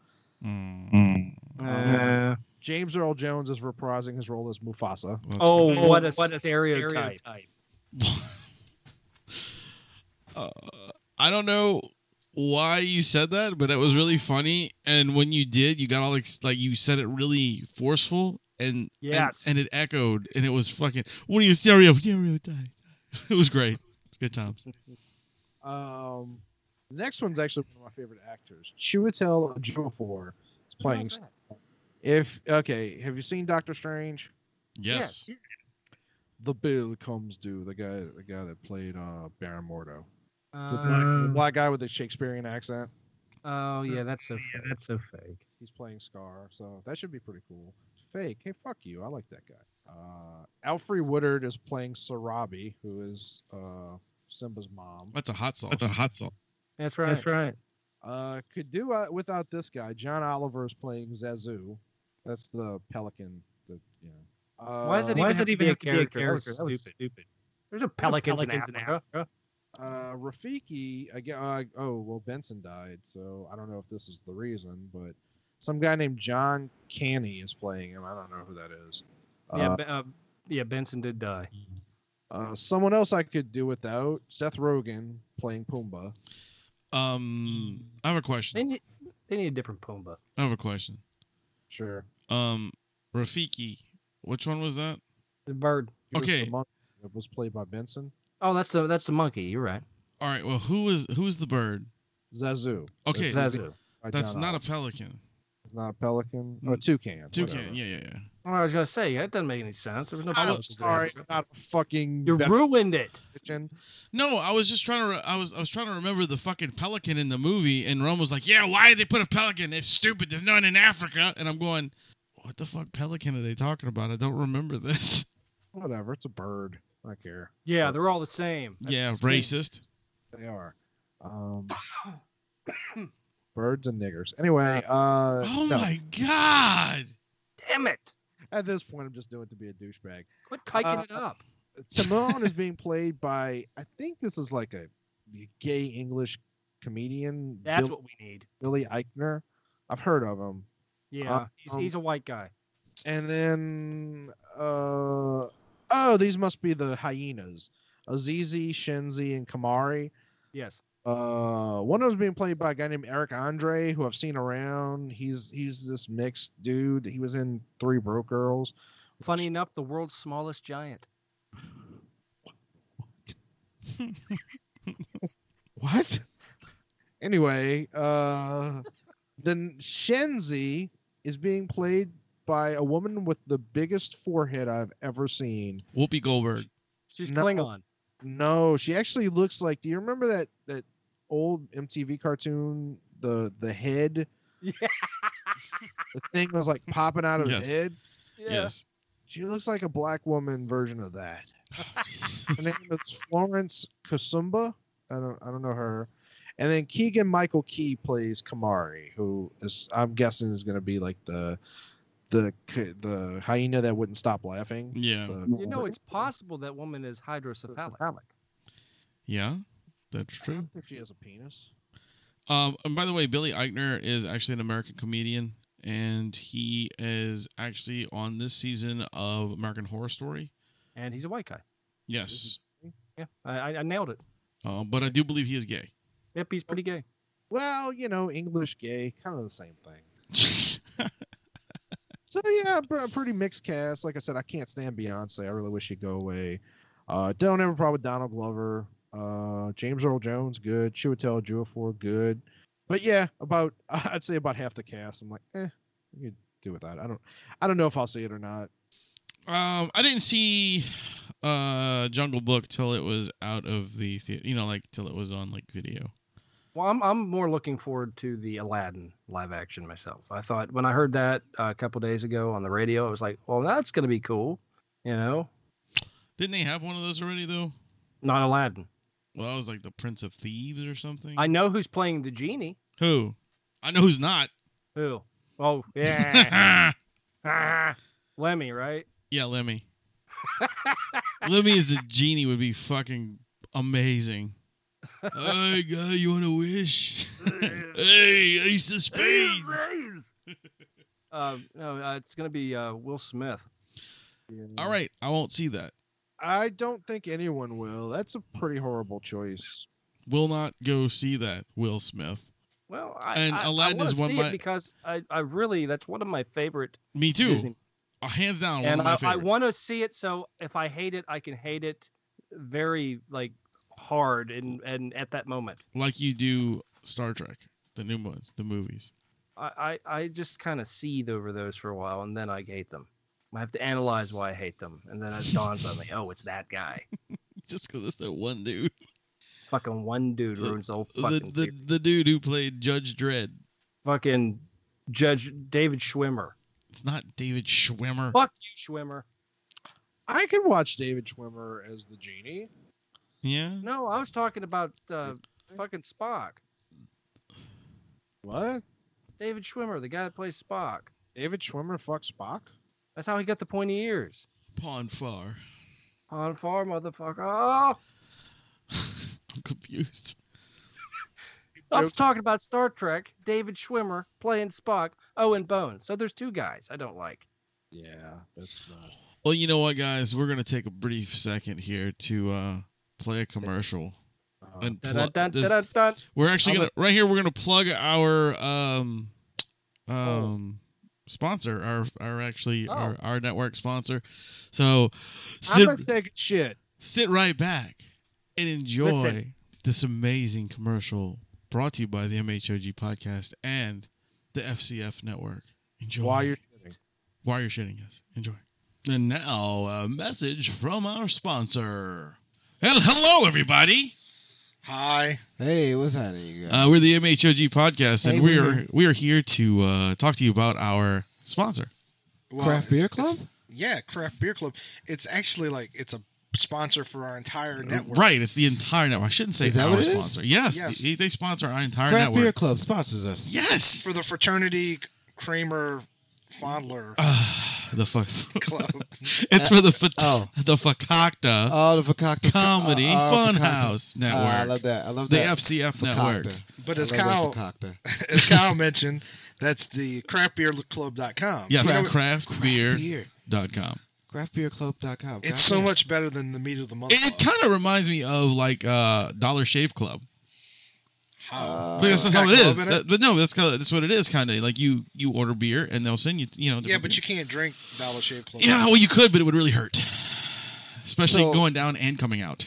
C: Mm.
E: Uh, James Earl Jones is reprising his role as Mufasa.
C: Well, that's
D: oh,
C: good.
D: what a stereotype!
C: uh, I don't know why you said that, but that was really funny. And when you did, you got all ex- like you said it really forceful, and
D: Yes.
C: and, and it echoed, and it was fucking. What are you stereo? Stereo die. [LAUGHS] It was great. It's good times.
E: Um, the next one's actually one of my favorite actors, Chiwetel Ejiofor, is playing.
D: Who's that?
E: If okay, have you seen Doctor Strange?
C: Yes.
E: The bill comes due. The guy, the guy that played uh, Baron Mordo, the black, the
D: Um,
E: black guy with the Shakespearean accent.
D: oh yeah, that's so fake. that's so fake.
E: He's playing Scar, so that should be pretty cool. Fake. Hey, fuck you. I like that guy. Uh, Alfrey Woodard is playing Sarabi, who is uh, Simba's mom.
C: That's a hot sauce.
F: sauce.
D: That's right. That's right.
E: Uh, could do uh, without this guy. John Oliver is playing Zazu. That's the pelican. That you know. Uh,
D: Why does it even, have, to be a character? That was stupid. There's a pelicans,
F: pelicans
D: in
F: in
D: Africa.
E: Uh, Rafiki again. Uh, oh well, Benson died, so I don't know if this is the reason, but some guy named John Canny is playing him. I don't know who that is.
D: yeah,
E: Uh,
D: Ben- uh, yeah, Benson did die.
E: Uh, someone else I could do without Seth Rogen playing Pumbaa.
C: Um, I have a question.
D: They need, they need a different Pumbaa.
C: I have a question.
E: Sure.
C: Um, Rafiki, which one was that?
D: The bird.
E: He was the
C: Okay.
E: monkey that was played by Benson
D: Oh, that's the that's the monkey. You're right.
C: All right. Well, who is who's the bird?
E: Zazu.
C: Okay,
E: Hey,
D: Zazu.
E: by
C: that's
E: John
C: not
E: Oliver.
C: a pelican.
E: not a pelican. Oh, a
C: Mm.
E: toucan. whatever.
C: Toucan. Yeah, yeah, yeah.
D: Well, Oh, I was gonna say that doesn't make any sense. There was no.
C: I
E: I'm
C: was-
D: Pumbas in
E: sorry,
D: Africa.
E: not a fucking
D: You
E: vet-
D: ruined it.
E: kitchen.
C: No, I was just trying to. Re- I was. I was trying to remember the fucking pelican in the movie, and Rome was like, "Yeah, why did they put a pelican? It's stupid. There's none in Africa." And I'm going, "What the fuck pelican are they talking about? I don't remember this." [LAUGHS]
E: Whatever, it's a bird. I don't care.
D: Yeah, they're all the same. That's
C: yeah,
D: just me.
C: racist.
E: They are. Um, [COUGHS] birds and niggers. Anyway, uh,
C: Oh
E: no,
C: my god!
D: Damn it!
E: at this point, I'm just doing it to be a douchebag.
D: Quit kiking
E: Uh,
D: it up.
E: Timon is being played by, I think this is like a gay English comedian,
D: That's
E: Bill-
D: what we need.
E: Billy Eichner. I've heard of him.
D: Yeah, he's,
E: um,
D: he's a white guy.
E: And then, uh, oh, these must be the hyenas Azizi, Shenzi, and Kamari.
D: Yes.
E: Uh, one of them's being played by a guy named Eric Andre, who I've seen around. He's he's this mixed dude. He was in Three Broke Girls.
D: Funny enough, the world's smallest giant.
E: What? [LAUGHS] anyway, uh, then Shenzi is being played by a woman with the biggest forehead I've ever seen.
C: Whoopi Goldberg.
D: She's
E: No.
D: Klingon.
E: No, she actually looks like. Do you remember that that old MTV cartoon? The the head,
D: Yeah.
E: the thing was like popping out of
C: Yes.
E: his head.
D: [LAUGHS]
C: Yes.
E: She looks like a black woman version of that. Her name is Florence Kasumba. I don't I don't know her. And then Keegan Michael Key plays Kamari, who is I'm guessing is going to be like the the k- the hyena that wouldn't stop laughing.
C: yeah.
E: The-
D: You know, it's possible that woman is hydrocephalic.
C: Yeah. That's
E: I
C: true.
E: don't think she has a penis.
C: Um, and by the way, Billy Eichner is actually an American comedian, and he is actually on this season of American Horror Story.
D: And he's a white guy.
C: Yes,
D: Yeah, I, I- I nailed it.
C: uh, but I do believe he is gay.
D: Yep, he's pretty gay.
E: Well, you know, English gay, kind of the same thing. So yeah, pr- a pretty mixed cast. Like I said, I can't stand Beyonce. I really wish she'd go away. Uh, don't have a problem with Donald Glover. Uh, James Earl Jones, good. Chiwetel Ejiofor, good. But yeah, about [LAUGHS] I'd say about half the cast. I'm like, eh, you could do without. it. I don't, I don't know if I'll see it or not.
C: Um, I didn't see uh Jungle Book till it was out of the theater. You know, like till it was on like video.
D: Well, I'm I'm more looking forward to the Aladdin live action myself. I thought when I heard that uh, a couple days ago on the radio, I was like, well, that's gonna be cool, you know.
C: Didn't they have one of those already though?
D: Not Aladdin.
C: Well, that was like the Prince of Thieves or something.
D: I know who's playing the genie.
C: Who? I know who's not. [LAUGHS]
D: Who? Oh yeah,
C: yeah,
D: Ah, Lemmy, right? [LAUGHS]
C: Lemmy. Lemmy as the genie would be fucking amazing. hey, guy, you want to
D: [LAUGHS]
C: wish? hey, Ace of Spades.
D: Uh, no, uh, it's gonna be uh, Will Smith.
C: All right, I won't see that.
E: I don't think anyone will. That's a pretty horrible choice.
C: Will not go see that. Will Smith.
D: Well, I,
C: And
D: I,
C: Aladdin
D: I
C: is
D: wanna
C: one of
D: see it
C: my-
D: because I, I really that's one of my favorite
C: Me too.
D: Disney,
C: Uh, hands down, one
D: and
C: of my
D: I, I
C: favorites.
D: want to see it. So if I hate it, I can hate it very like hard and and at that moment.
C: like you do Star Trek, the new ones, the movies.
D: I I, I just kind of seethe over those for a while, and then I hate them. I have to analyze why I hate them, and then it dawns on me, oh, it's that guy.
C: Just because it's that one dude,
D: Fucking one dude ruins the whole
C: [LAUGHS] the,
D: fucking
C: the
D: series.
C: the dude who played Judge Dredd.
D: fucking Judge David Schwimmer.
C: It's not David Schwimmer.
D: Fuck you, Schwimmer.
E: I could watch David Schwimmer as the genie.
C: Yeah.
D: No, I was talking about uh, fucking Spock.
E: What?
D: David Schwimmer, the guy that plays Spock.
E: David Schwimmer fuck Spock?
D: That's how he got the pointy ears.
C: Pawn Far. [LAUGHS]
D: On far, motherfucker. Oh,
C: I'm confused.
D: I'm
E: Joke.
D: talking about Star Trek. David Schwimmer playing Spock. Oh, and Bones. So there's two guys I don't like.
E: Yeah, that's not.
C: Well, you know what, guys? We're gonna take a brief second here to uh, play a commercial.
E: Uh,
C: And
D: Dun,
C: plu-
D: dun, dun,
C: this-
D: dun, dun.
C: we're actually
D: I'm
C: gonna right here. We're gonna plug our um,
D: Oh.
C: um, sponsor, our our actually our, our network sponsor. So,
E: I'm
C: sit
E: gonna take a shit.
C: sit right back and enjoy
D: Listen.
C: this amazing commercial brought to you by the MHOG podcast and the FCF network. Enjoy
E: While you're shitting.
C: while you're shitting us. Enjoy. And now a message from our sponsor. Well, hello everybody.
G: Hi. Hey, what's happening, you guys?
C: Uh, we're the MHOG podcast, and
G: Hey,
C: we
G: we're-
C: are we are here to uh, talk to you about our sponsor.
G: Well,
B: Craft
G: it's-
B: Beer Club?
G: it's- Yeah, Craft Beer Club. It's actually like it's a sponsor for our entire network.
C: Right, it's the entire network. I shouldn't say
B: Is that
C: our
B: what it is?
C: sponsor. Yes,
G: Yes.
C: They, they sponsor our entire
B: Craft
C: network.
B: Beer Club sponsors us.
C: Yes.
G: For the fraternity Kramer Fondler
C: [LAUGHS] Ah, [SIGHS] the fuck. [LAUGHS]
G: Club.
C: It's for the fa-
B: Oh.
C: the Fakakta
B: Oh, the Fakakta
C: Comedy
B: uh, uh, Fakakta.
C: Funhouse
B: Uh, I
C: Network,
B: love that. I love
C: the
B: that.
C: FCF
B: Fakakta.
C: network.
G: But
B: I
G: as Kyle
B: love that Fakakta.
G: [LAUGHS] as Kyle mentioned, that's the craftbeerclub.com.
C: Yes,
G: You know,
C: craftbeer.com.
B: Beer. Craftbeerclub.com.
G: it's so much better than the meat of the
B: Oh,
G: month.
C: It
G: club.
C: kind of reminds me of like uh, Dollar Shave Club.
B: Uh,
G: How?
C: Because that's
G: It's
C: how it
G: got
C: is.
G: club in it?
C: That- but no, that's kind of, that's what it is. Kind of like you you order beer and they'll send you you know.
G: yeah,
C: different
G: but you can't drink Dollar Shave Club.
C: beer. yeah, well you could, but it would really hurt, especially
B: So-
C: going down and coming out.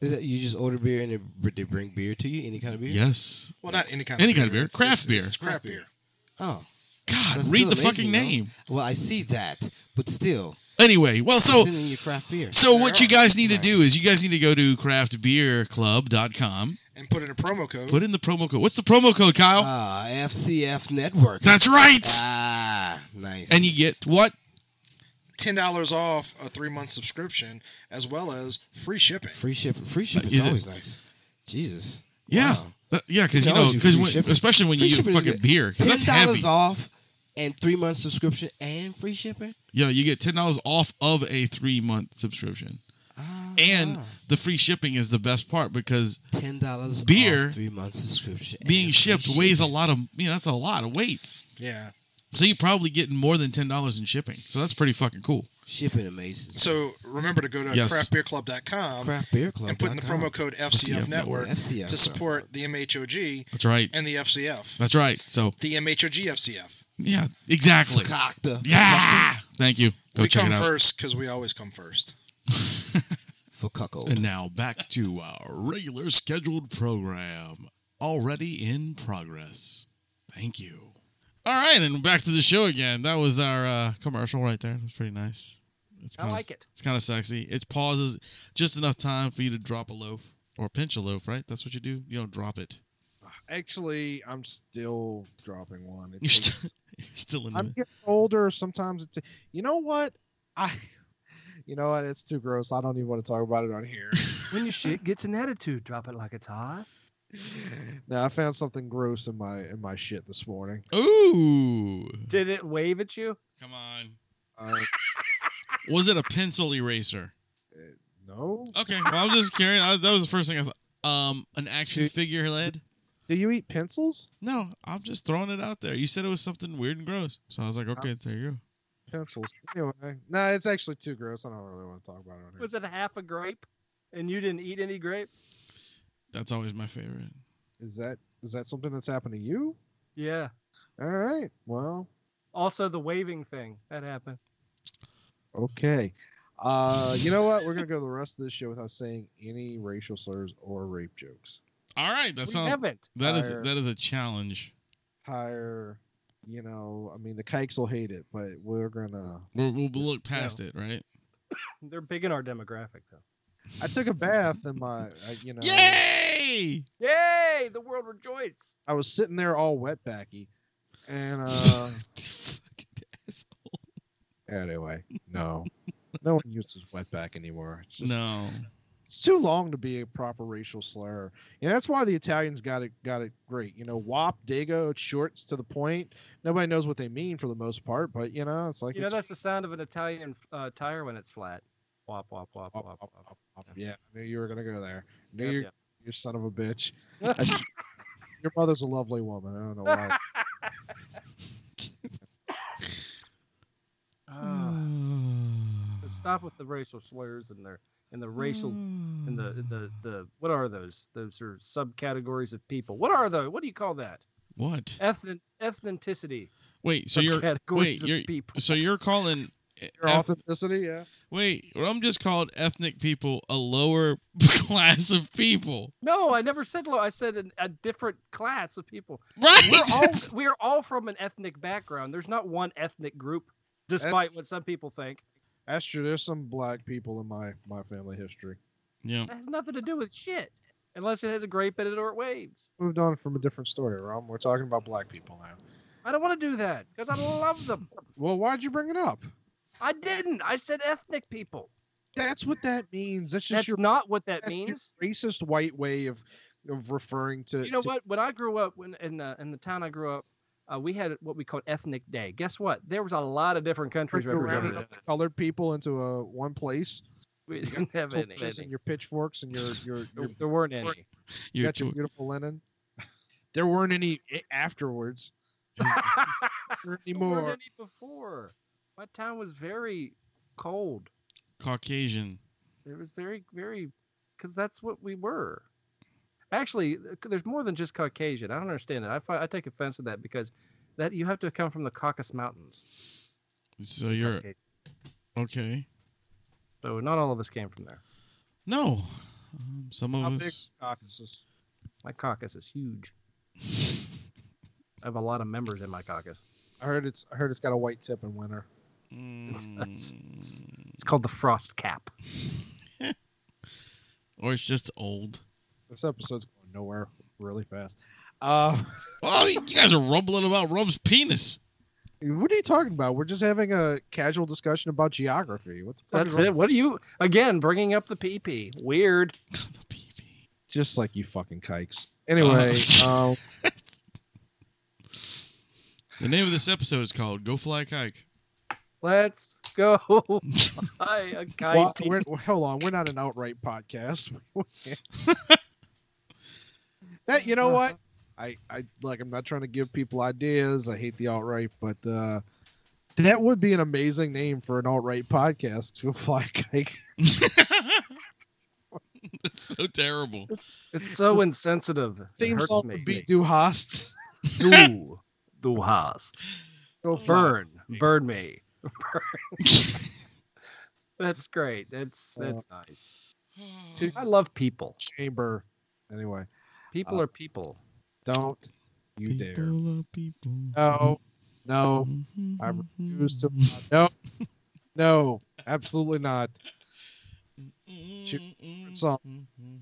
B: Is that you just order beer and they, br- they bring beer to you? Any kind of beer?
C: Yes.
G: Well, not any kind
C: Any
G: of
C: kind of beer.
G: It's-
C: Craft
G: it's-
C: beer.
G: It's craft beer.
B: Oh.
C: God,
B: That's
C: read
B: still
C: the
B: amazing,
C: fucking
B: though.
C: name.
B: Well, I see that, but still.
C: Anyway, well, so
B: So, sending you craft beer.
C: So what you guys need to
B: Nice.
C: do is you guys need to go to craftbeerclub.com.
G: And put in a promo code.
C: Put in the promo code. What's the promo code, Kyle?
B: Ah, FCF Network.
C: That's right.
B: Ah, nice.
C: and you get what?
G: ten dollars off a three month subscription, as well as free shipping.
B: free shipping. Free shipping's
C: Is it-
B: always nice. Jesus.
C: Yeah.
B: Wow.
C: Th- yeah, because you know,
B: Tells you free
C: because
B: shipping.
C: especially when
B: Free
C: you get
B: shipping is
C: fucking
B: good.
C: beer, 'cause
B: Ten
C: that's
B: dollars
C: heavy.
B: off and three months subscription and free shipping.
C: Yeah, you get ten dollars off of a three month subscription,
B: Ah,
C: and the free shipping is the best part because
B: ten dollars
C: beer
B: off three months subscription and
C: being
B: free
C: shipped weighs a
B: shipping.
C: lot of you know that's a lot of weight.
G: Yeah,
C: So you're probably getting more than ten dollars in shipping. So that's pretty fucking cool.
H: Shipping amazing.
G: So remember to go to
C: Yes.
G: craftbeerclub.com
H: Craft Beer Club.
G: and put in the promo code
C: FCF
G: FCF Network
H: FCF.
G: to support the MHOG
C: That's right.
G: and the FCF.
C: That's right. So
G: The MHOG FCF.
C: yeah, exactly.
H: Cockta.
C: Yeah. Thank you. Go
G: we
C: check
G: come
C: it out.
G: first because we always come first.
H: For cuckold.
C: And now back to our regular scheduled program, already in progress. Thank you. All right, and back to the show again. That was our uh, commercial right there. It was pretty nice. It's
D: I
C: kinda-
D: like it.
C: It's kind of sexy. It pauses just enough time for you to drop a loaf or pinch a loaf, right? That's what you do. You don't drop it. [LAUGHS]
E: Actually, I'm still dropping one. It
C: You're,
E: takes-
C: st- you're still in
E: [LAUGHS] I'm
C: the.
E: getting older. Sometimes it's. You know what? I. You know what? It's too gross. I don't even want to talk about it
C: [LAUGHS]
E: on here.
D: When your shit gets an attitude, drop it like it's hot.
E: now I found something gross in my in my shit this morning.
D: [LAUGHS]
C: Ooh.
D: Did it wave at you?
C: Come on. [LAUGHS]
E: Uh,
C: Was it a pencil eraser?
E: no.
C: Okay. Well, I'm just curious. I, that was the first thing I thought. Um, an action figure led.
E: Do you eat pencils?
C: No, I'm just throwing it out there. You said it was something weird and gross, so I was like, okay, there you go.
E: Pencils. Anyway, no, it's actually too gross. I don't really want to talk about it on here.
D: Was it half a grape? And you didn't eat any grapes?
C: That's always my favorite.
E: Is that is that something that's happened to you?
D: Yeah.
E: All right. Well,
D: Also, the waving thing that happened.
E: okay. Uh, you know what? We're gonna go the rest of this show without saying any racial slurs or rape jokes.
C: All right,
D: we
C: that's not
D: haven't.
C: that is
E: Fire.
C: that is a challenge.
E: Higher, you know, I mean, the kikes will hate it, but we're gonna.
C: We're, we'll look past it, right?
D: They're big in our demographic, though.
E: I took a bath in my, I, you know,
C: Yay!
D: Yay! The world rejoices.
E: I was sitting there all wet backy, and uh,
C: Fucking asshole.
E: anyway, no, no one uses wet back anymore. It's
C: [LAUGHS]
E: just-
C: No,
E: it's too long to be a proper racial slur. And that's why the Italians got it got it great. You know, wop, dago, it's short, it's to the point. Nobody knows what they mean for the most part, but you know, it's like
D: You know,
E: it's
D: that's the sound of an Italian uh, tire when it's flat. Wop, wop, wop,
E: wop,
D: wop,
E: wop,
D: wop.
E: wop, wop. [LAUGHS] Yeah, I knew you were gonna go there. Knew
D: Yep,
E: you
D: yep.
E: you son of a bitch. [LAUGHS] I- your mother's a lovely woman. I don't know
D: [LAUGHS]
E: why.
D: Ah, [LAUGHS] Uh, Stop with the racial slurs and their and the racial and the the the what are those? Those are subcategories of people. What are those? What do you call that?
C: what?
D: Ethnic ethnicity.
C: Wait, so you're
D: subcategories
C: wait,
D: of
C: you're
D: people.
C: so you're calling
E: Your
C: eth-
E: authenticity, yeah.
C: wait? Well, I'm just called ethnic people a lower [LAUGHS] class of people,
D: No, I never said low. I said an, a different class
C: [LAUGHS]
D: of people.
C: right?
D: We're all we're all from an ethnic background. There's not one ethnic group, despite what some people think.
E: That's true. There's some black people in my my family history.
C: yeah.
D: That has nothing to do with shit, unless it has a grape in it or it waves.
E: Moved on from a different story, Rom. We're talking about black people now.
D: I don't want to do that because I love them.
E: Well, why'd you bring it up?
D: I didn't. I said ethnic people.
E: That's what that means. That's just
D: That's
E: your
D: not what that
E: That's your
D: means.
E: racist white way of of referring to.
D: You know
E: to-
D: what? When I grew up, when in the in the town I grew up, uh, we had what we called ethnic day. Guess what? There was a lot of different countries
E: You're rounding
D: represented.
E: up the colored people into a one place.
D: We didn't have any.
E: Torches and your pitchforks and your your, [LAUGHS] your,
D: There- There weren't any.
E: you
C: You're
E: got your
C: too-
E: beautiful linen. [LAUGHS] There weren't any i- afterwards or [LAUGHS]
D: There weren't
E: anymore.
D: any before. My town was very cold.
C: Caucasian.
D: It was very, very, because that's what we were. Actually, th- there's more than just Caucasian. I don't understand it. I, fi- I take offense to that because that you have to come from the Caucasus Mountains.
C: So you're
D: Caucasian.
C: okay.
D: So not all of us came from there.
C: No, um, some of
E: How big
C: us.
E: Caucasus?
D: My caucus is huge. I have a lot of members in my caucus.
E: I heard it's I heard it's got a white tip in winter.
C: Mm,
D: It's called the Frost Cap.
C: or it's just old.
E: This episode's going nowhere really fast. Uh, [LAUGHS]
C: Oh, you guys are rumbling about Rum's penis. [LAUGHS]
E: what are you talking about? We're just having a casual discussion about geography. What the fuck
D: That's
E: is wrong-
D: it. What are you again bringing up the PP? Weird.
C: the pee-pee.
E: Just like you fucking kikes. [LAUGHS] Anyway,
C: Uh-huh.
E: um,
C: The name of this episode is called "Go Fly a Kike." [LAUGHS]
D: Let's go. [LAUGHS] Fly a
E: Well,
D: kite.
E: we're, well, hold on, we're not [LAUGHS]
D: [LAUGHS]
E: an outright podcast. that you know what? I, I like I'm not trying to give people ideas. I hate the alt right, but uh, that would be an amazing name for an alt right podcast to [LAUGHS] apply. Like,
C: That's so terrible.
D: It's so insensitive. It
E: theme
D: hurts
E: song
D: me.
E: would be Du
D: [LAUGHS]
E: Hast.
C: [LAUGHS]
D: Du, du hast.
E: Go for it.
D: Burn, burn me.
C: [LAUGHS]
D: That's great. That's
E: Uh,
D: that's nice. I love people.
E: Chamber. Anyway,
D: People
E: uh,
D: are people.
E: don't you dare.
C: People are people. Mm-hmm.
E: No, no, Oh, I refuse to. No, no, absolutely not. Shoot, song.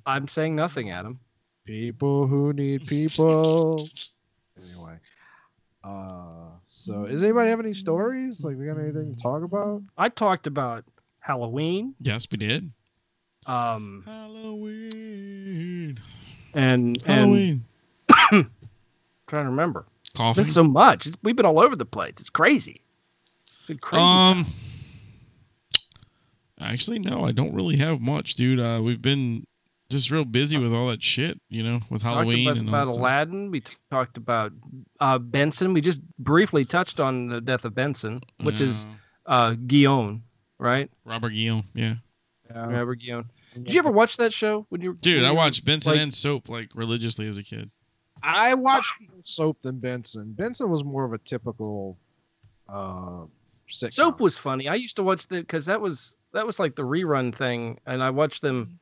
D: I'm saying nothing, Adam.
E: People who need people. Anyway, uh, so does anybody have any stories? Like, we got anything to talk about?
D: I talked about Halloween.
C: Yes, we did.
D: Um
C: Halloween.
D: and and
C: Halloween.
D: trying to remember. It's
C: Coughing.
D: been so much. It's- We've been all over the place. It's crazy. It's been crazy.
C: Um, actually, no, I don't really have much, dude. Uh, we've been just real busy with all that shit, you know, with Halloween
D: talked about,
C: and all
D: about
C: that stuff.
D: Aladdin. We t- talked about uh, Benson. We just briefly touched on the death of Benson, which is
C: Yeah.
D: uh, Guillaume, right?
C: Robert Guillaume. Yeah,
E: Uh, Yeah.
D: Remember Guillaume? Did you ever watch that show when you?
C: dude,
D: when
C: I
D: you were-
C: watched Benson
D: like-
C: and Soap like religiously as a kid.
E: I watched more Soap than Benson. Benson was more of a typical uh, sitcom.
D: Soap was funny. I used to watch the because that was that was like the rerun thing, and I
C: [LAUGHS]
D: watched them.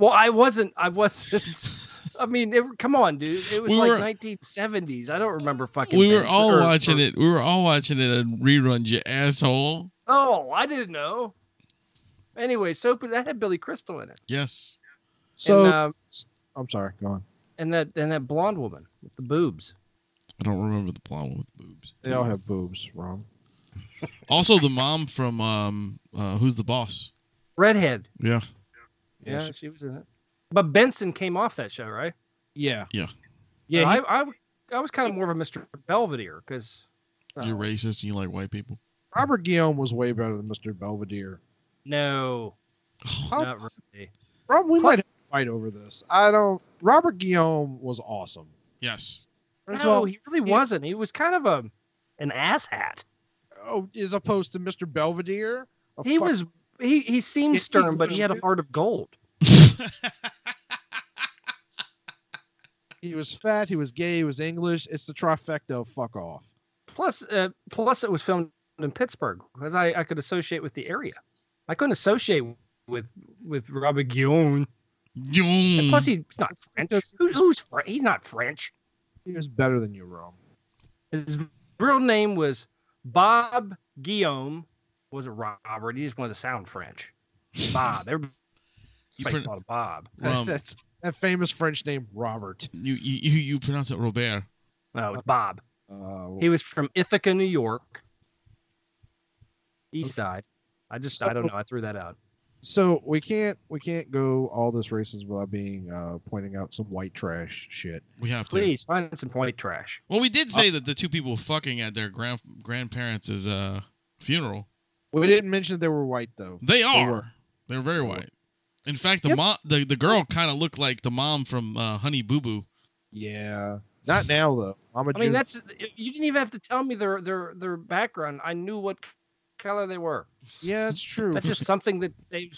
D: well, I wasn't. I wasn't. I mean, it, come on, dude. It was
C: We were-
D: like 1970s. I don't remember fucking.
C: we were
D: Benson,
C: all
D: or-
C: watching
D: or-
C: it. We were all watching it in rerun, you asshole.
D: Oh, I didn't know. Anyway, Soap that had Billy Crystal in it.
C: Yes.
E: so.
D: and, uh,
E: I'm sorry. Go on.
D: and that and that blonde woman with the boobs.
C: I don't remember the plot with boobs.
E: They all have boobs. Wrong.
C: Also, the mom from um, uh, Who's the Boss?
D: Redhead.
C: Yeah.
E: Yeah,
D: Yeah,
E: she-
D: she was in it. But Benson came off that show, right?
E: Yeah.
C: Yeah.
E: Yeah. he-
D: I, I I was kind of more of a Mr. Belvedere because
C: You're racist and you like white people.
E: Robert Guillaume was way better than Mr. Belvedere.
D: no,
E: Oh.
D: not really.
E: Rob, we might have a fight over this. I don't. Robert Guillaume was awesome.
C: Yes.
E: First
D: no,
E: of all,
D: he really
E: he-
D: wasn't. He was kind of a an asshat.
E: oh, as opposed to Mr. Belvedere, a
D: He
E: fuck-
D: was he he seemed
E: He's
D: stern, but he had a
E: stupid.
D: heart of gold.
E: he was fat, he was gay, he was English. It's the trifecta of fuck off.
D: Plus, uh, plus it was filmed in Pittsburgh because I, I could associate with the area. I couldn't associate with with Robert Guillaume. And plus,
E: Hmm.
D: he's not French. Who, who's French? He's not French.
E: He was better than you, Rome. [LAUGHS]
D: His real name was Bob Guillaume. Was it Robert? He just wanted to sound French.
C: [LAUGHS]
D: Bob. Everybody
C: you, pro-
D: called him Bob.
E: [LAUGHS]
C: Rome.
E: That's that famous French name, Robert.
C: um, you, you, you pronounce it Robert.
D: No, it's Bob.
E: Uh,
D: He was from Ithaca, New York, East Side. I just I don't know. I threw that out.
E: so we can't we can't go all this races without being uh, pointing out some white trash shit.
C: We have to.
D: Please find some point trash.
C: Well, we
E: Uh,
C: did say that the two people fucking at their grand grandparents' uh, funeral.
E: We didn't mention they were white though.
C: They are.
E: were.
C: They are very white. In fact, the
E: Yep.
C: mom, the, the girl, kind of looked like the mom from uh, Honey Boo Boo.
E: Yeah, not now though. I'm a
D: I mean,
E: Jew.
D: that's you didn't even have to tell me their their their background. I knew what color they were.
E: yeah, it's true.
D: That's
C: [LAUGHS]
D: just something that they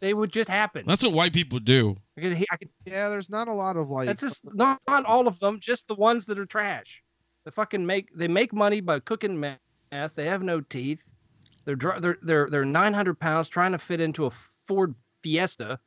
D: they would just happen.
C: That's what white people do.
D: I could, I could,
E: yeah, there's not a lot of like. uh,
D: that's just not, not all of them, just the ones that are trash. They fucking make they make money by cooking meth. They have no teeth. They're dr- they're they're they're 900 pounds trying to fit into a Ford Fiesta.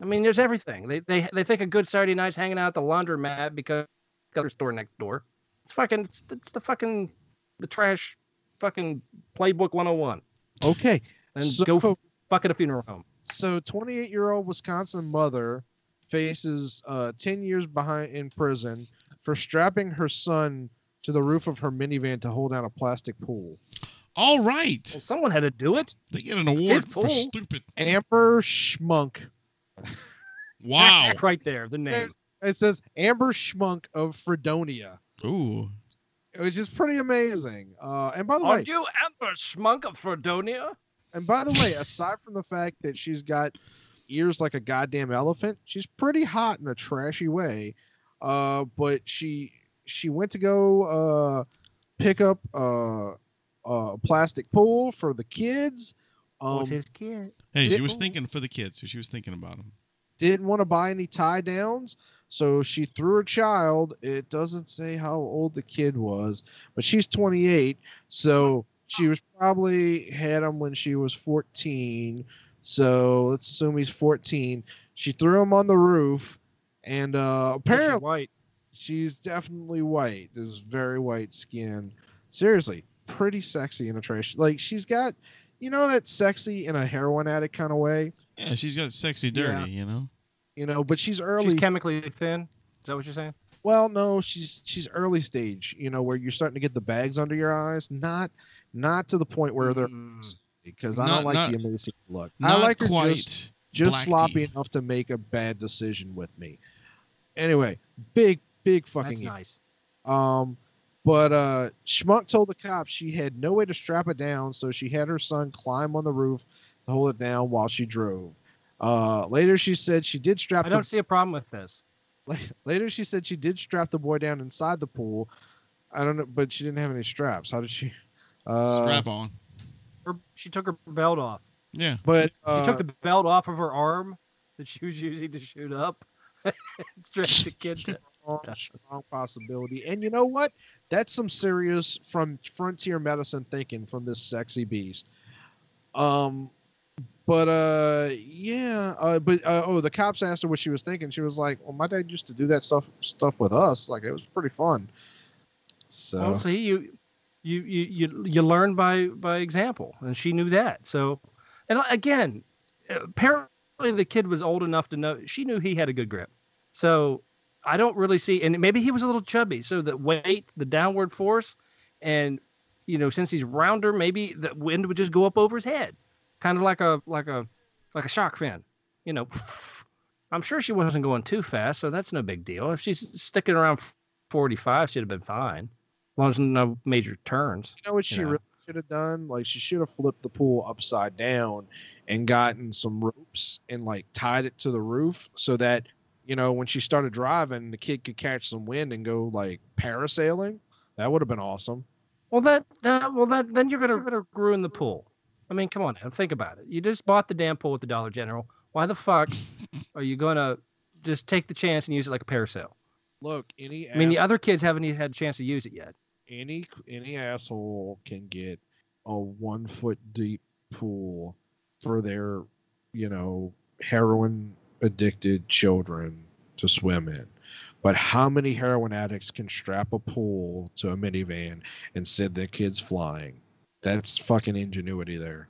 D: I mean, there's everything. They they they think a good Saturday night's hanging out at the laundromat because got a store next door. It's fucking it's, it's the fucking the trash fucking playbook 101
E: okay.
D: and
E: So-
D: go f- fuck at a funeral home.
E: So, 28 year old Wisconsin mother faces uh, 10 years behind in prison for strapping her son to the roof of her minivan to hold down a plastic pool.
C: All right,
D: Well, someone had to do it.
C: they get an
D: his
C: award for
D: pool.
C: stupid.
E: Amber Schmunk. [LAUGHS]
C: Wow.
D: right there, the name.
E: There's- It says Amber Schmunk of Fredonia,
C: Ooh.
E: which is pretty amazing. Uh, and by the
D: Are
E: way,
D: you Amber Schmunk of Fredonia?
E: and by the way, aside from the fact that she's got ears like a goddamn elephant, she's pretty hot in a trashy way. Uh, but she she went to go uh, pick up uh, a plastic pool for the kids. Um,
D: Oh,
I: What's his kid?
C: Hey,
E: Yeah.
C: she was thinking for the kids, so she was thinking about them.
E: didn't want to buy any tie downs, so she threw her child. It doesn't say how old the kid was, but she's 28, so she was probably had him when she was 14. So let's assume he's 14. She threw him on the roof, and uh, apparently
D: white.
E: she's definitely white. There's very white skin. Seriously, pretty sexy in a trash. Like she's got, you know, that sexy in a heroin addict kind of way.
C: Yeah, she's got sexy dirty,
D: Yeah.
C: you know.
E: You know, but she's early.
D: She's chemically thin. Is that what you're saying?
E: well no she's she's early stage you know where you're starting to get the bags under your eyes not not to the point where they're because
C: Mm-hmm. Not-
E: i don't like
C: not-
E: the amazing look
C: Not
E: i like her
C: quite.
E: just, just
C: black
E: sloppy
C: teeth.
E: enough to make a bad decision with me anyway big big fucking
D: That's nice.
E: um, but uh, Schmuck told the cops she had no way to strap it down, so she had her son climb on the roof to hold it down while she drove. Uh, later, she said she did strap.
D: I
E: the-
D: don't see a problem with this.
E: [LAUGHS] later, she said she did strap the boy down inside the pool. I don't know, but she didn't have any straps. How did she? [LAUGHS] Uh,
C: Strap on.
D: Her, she took her belt off.
C: Yeah.
E: But
D: She
E: uh,
D: took the belt off of her arm that she was using to shoot up. [LAUGHS] and Stretched the kid.
E: [LAUGHS]
D: To,
E: strong,
D: [LAUGHS]
E: strong possibility. And you know what? That's some serious from frontier medicine thinking from this sexy beast. Um, but uh, yeah. Uh, but uh, oh, the cops asked her what she was thinking. She was like, "Well, my dad used to do that stuff stuff with us. Like it was pretty fun." So
D: well, see, you, you, you, you, you learn by by example, and she knew that. So, and again, apparently the kid was old enough to know. She knew he had a good grip. So, I don't really see, and maybe he was a little chubby. So the weight, the downward force, and you know, since he's rounder, maybe the wind would just go up over his head, kind of like a like a like a shock fin. You know, [LAUGHS] I'm sure she wasn't going too fast, so that's no big deal. If she's sticking around 45, she'd have been fine, as long as no major turns.
E: you know what she
D: know.
E: really should have done? Like she should have flipped the pool upside down and gotten some ropes and like tied it to the roof so that you know when she started driving, the kid could catch some wind and go like parasailing. That would have been awesome.
D: Well, that, that well that then you're gonna, gonna ruin the pool. I mean, come on, now, think about it. You just bought the damn pool at the Dollar General. Why the fuck are you gonna just take the chance and use it like a parasail?
E: Look, any
D: I mean, the
E: ass-
D: other kids haven't even had a chance to use it yet.
E: any any asshole can get a one foot deep pool for their you know heroin addicted children to swim in but how many heroin addicts can strap a pool to a minivan and send their kids flying that's fucking ingenuity there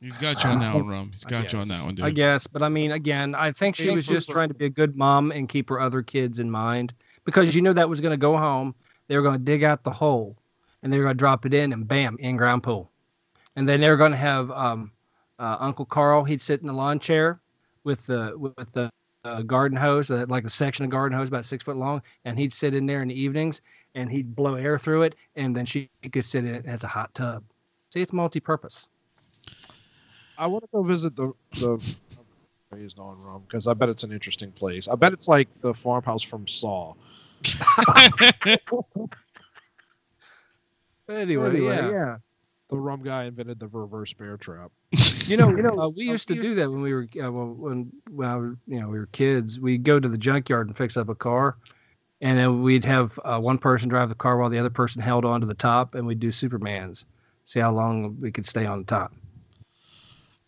C: He's got you on that one, Rum. He's got you on that one,
D: I
C: dude.
D: guess, but I mean, again, I think she was just trying to be a good mom and keep her other kids in mind because you know that was going to go home. They were going to dig out the hole and they were going to drop it in and bam, in ground pool. And then they were going to have um, uh, Uncle Carl. He'd sit in the lawn chair with the with the uh, garden hose, uh, like a section of garden hose about six foot long, and he'd sit in there in the evenings and he'd blow air through it, and then she could sit in it as a hot tub. See, it's multi-purpose.
E: i want to go visit the the raised on rum because i bet it's an interesting place i bet it's like the farmhouse from saw [LAUGHS]
D: But anyway, yeah.
E: the rum guy invented the reverse bear trap
D: You know, you know, uh, we used to do that when we were uh, well, when when I was, you know we were kids. We'd go to the junkyard and fix up a car, and then we'd have uh, one person drive the car while the other person held on to the top, and we'd do Supermans, see how long we could stay on top.
C: [LAUGHS]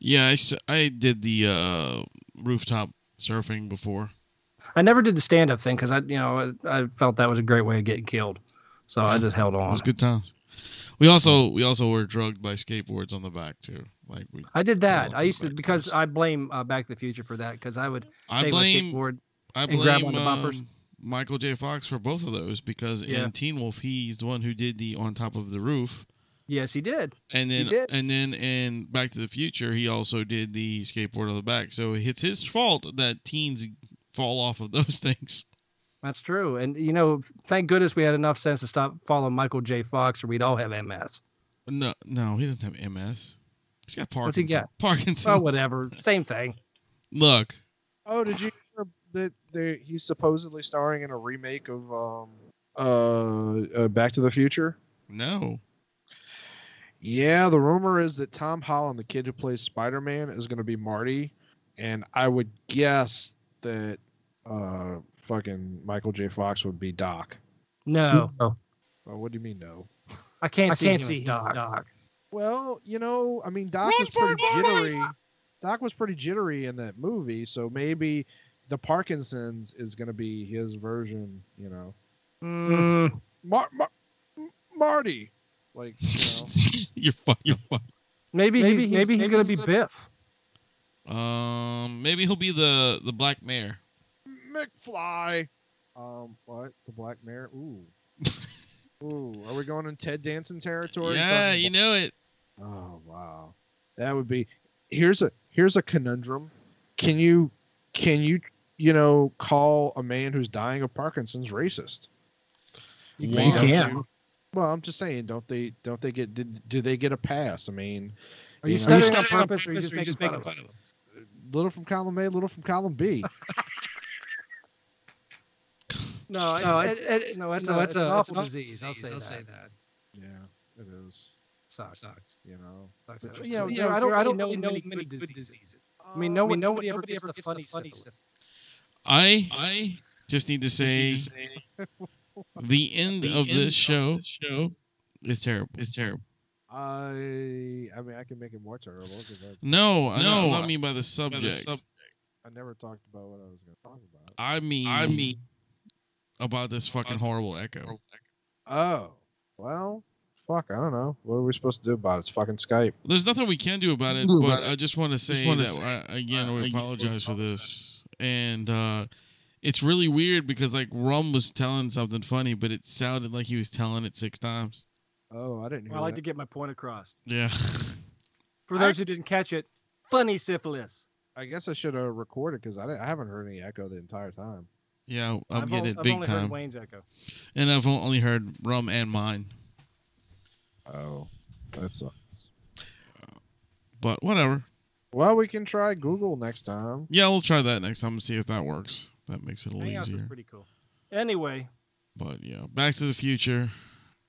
C: Yeah, I, s- I did the uh, rooftop surfing before.
D: I never did the stand up thing because I you know I, I felt that was a great way of getting killed, so I just held
C: It
D: on.
C: was Mm-hmm. good times. We also we also were drugged by skateboards on the back too. Like we,
D: I did that.
C: Oh,
D: I used to
C: back
D: because
C: doors.
D: I blame uh, Back to the Future for that because I would
C: I
D: take my
C: blame
D: skateboard.
C: I
D: and grab
C: blame
D: on the bumpers.
C: um, Michael J. Fox for both of those because
D: Yeah.
C: in Teen Wolf he's the one who did the on top of the roof,
D: Yes, he did.
C: and
D: He
C: then
D: did.
C: and then in Back to the Future he also did the skateboard on the back. So it's his fault that teens fall off of those [LAUGHS] things.
D: That's true. And you know, thank goodness we had enough sense to stop following Michael J. Fox or we'd all have MS.
C: No, no, he doesn't have MS. He's got Parkinson's.
D: What's he got?
C: Parkinson's.
D: Oh, whatever. Same thing.
C: Look,
E: Oh, did you hear that they he's supposedly starring in a remake of um uh, uh Back to the Future?
C: No. [LAUGHS]
E: Yeah, the rumor is that Tom Holland, the kid who plays Spider Man, is going to be Marty, and I would guess that uh fucking Michael J. Fox would be Doc.
D: No,
E: Oh, what do you mean no?
D: I can't
F: I
D: see
F: can't
D: him
F: see
D: as
F: him as
D: Doc.
F: Doc.
E: Well, you know, I mean, Doc
C: Run
E: was
C: for it,
E: pretty
C: Marty!
E: jittery. Doc was pretty jittery in that movie, so maybe the Parkinson's is going to be his version. You know,
D: Mm,
E: Mar- Mar- Marty, like you know.
C: you're fuck. You're fuck.
F: Maybe,
D: Maybe
F: he's,
D: he's-
F: maybe he's
D: maybe
F: gonna
D: he's
F: be
D: gonna-
F: Biff.
C: Um, maybe he'll be the the Black Mayor.
E: [LAUGHS] McFly. Um, what? The Black Mare?
C: [LAUGHS]
E: Ooh. Ooh, are we going in Ted Danson territory?
C: yeah,
E: Talking
C: you know it.
E: about- Oh wow, that would be. Here's a here's a conundrum. Can you can you you know call a man who's dying of Parkinson's racist?
C: You
E: Well,
C: can.
E: don't they- Well, I'm just saying, don't they don't they get did, do they get a pass? I mean,
F: Are you
E: know,
F: studying on purpose, or are you just making fun of him?
E: little from column A, little from column
C: [LAUGHS]
E: B.
F: No, it's,
D: no,
F: it,
D: it, it,
F: no, it's,
D: no,
F: a,
D: it's
F: it's an
D: a-
F: awful
D: it's an
F: disease. I'll say
D: disease,
F: that.
D: I'll say
E: yeah, it is.
F: Sucks.
E: You know,
F: Sucks.
E: But,
F: You know,
D: you
F: there-
D: know,
F: I don't
D: there- I
F: really
D: don't
F: know
D: really
F: many
D: know many
F: good
D: good
F: disease.
D: diseases.
F: I mean, no one, nobody ever
D: nobody
F: gets the
D: ever gets
F: funny
D: the funny
F: syphilis.
C: I just need to say the end of this show is terrible. It's terrible.
E: I I mean I can make it more terrible because I,
C: No, I
J: No,
C: no, not mean by the subject.
E: I never talked about what I was going to talk about.
C: I mean, I mean about this fucking horrible echo.
E: Oh well, fuck I don't know. What are we supposed to do about it? It's fucking Skype.
C: There's nothing we can do about it,
E: Do
C: but
E: about
C: I just want to say
E: wanna
C: that I, again, we
J: again, we
C: apologize for this, and uh, it's really weird because like Rum was telling something funny, but it sounded like he was telling it six times.
E: Oh I didn't hear
F: I like to
E: that.
F: get my point across.
C: Yeah,
F: For those who didn't catch it, funny syphilis.
E: I guess I should have recorded because I, didn't- I haven't heard any echo the entire time.
C: [LAUGHS] yeah, I'm
F: I've
C: getting
F: only-
C: it
F: I've
C: big
F: only
C: time,
F: Heard Wayne's echo.
C: and I've only heard Rum and mine.
E: Oh, that's
C: But whatever.
E: well we can try Google next time.
C: Yeah, we'll try that next time and see if that works. That makes it a little
F: Hangouts is
C: easier.
F: pretty cool. Anyway,
C: But yeah, Back to the Future.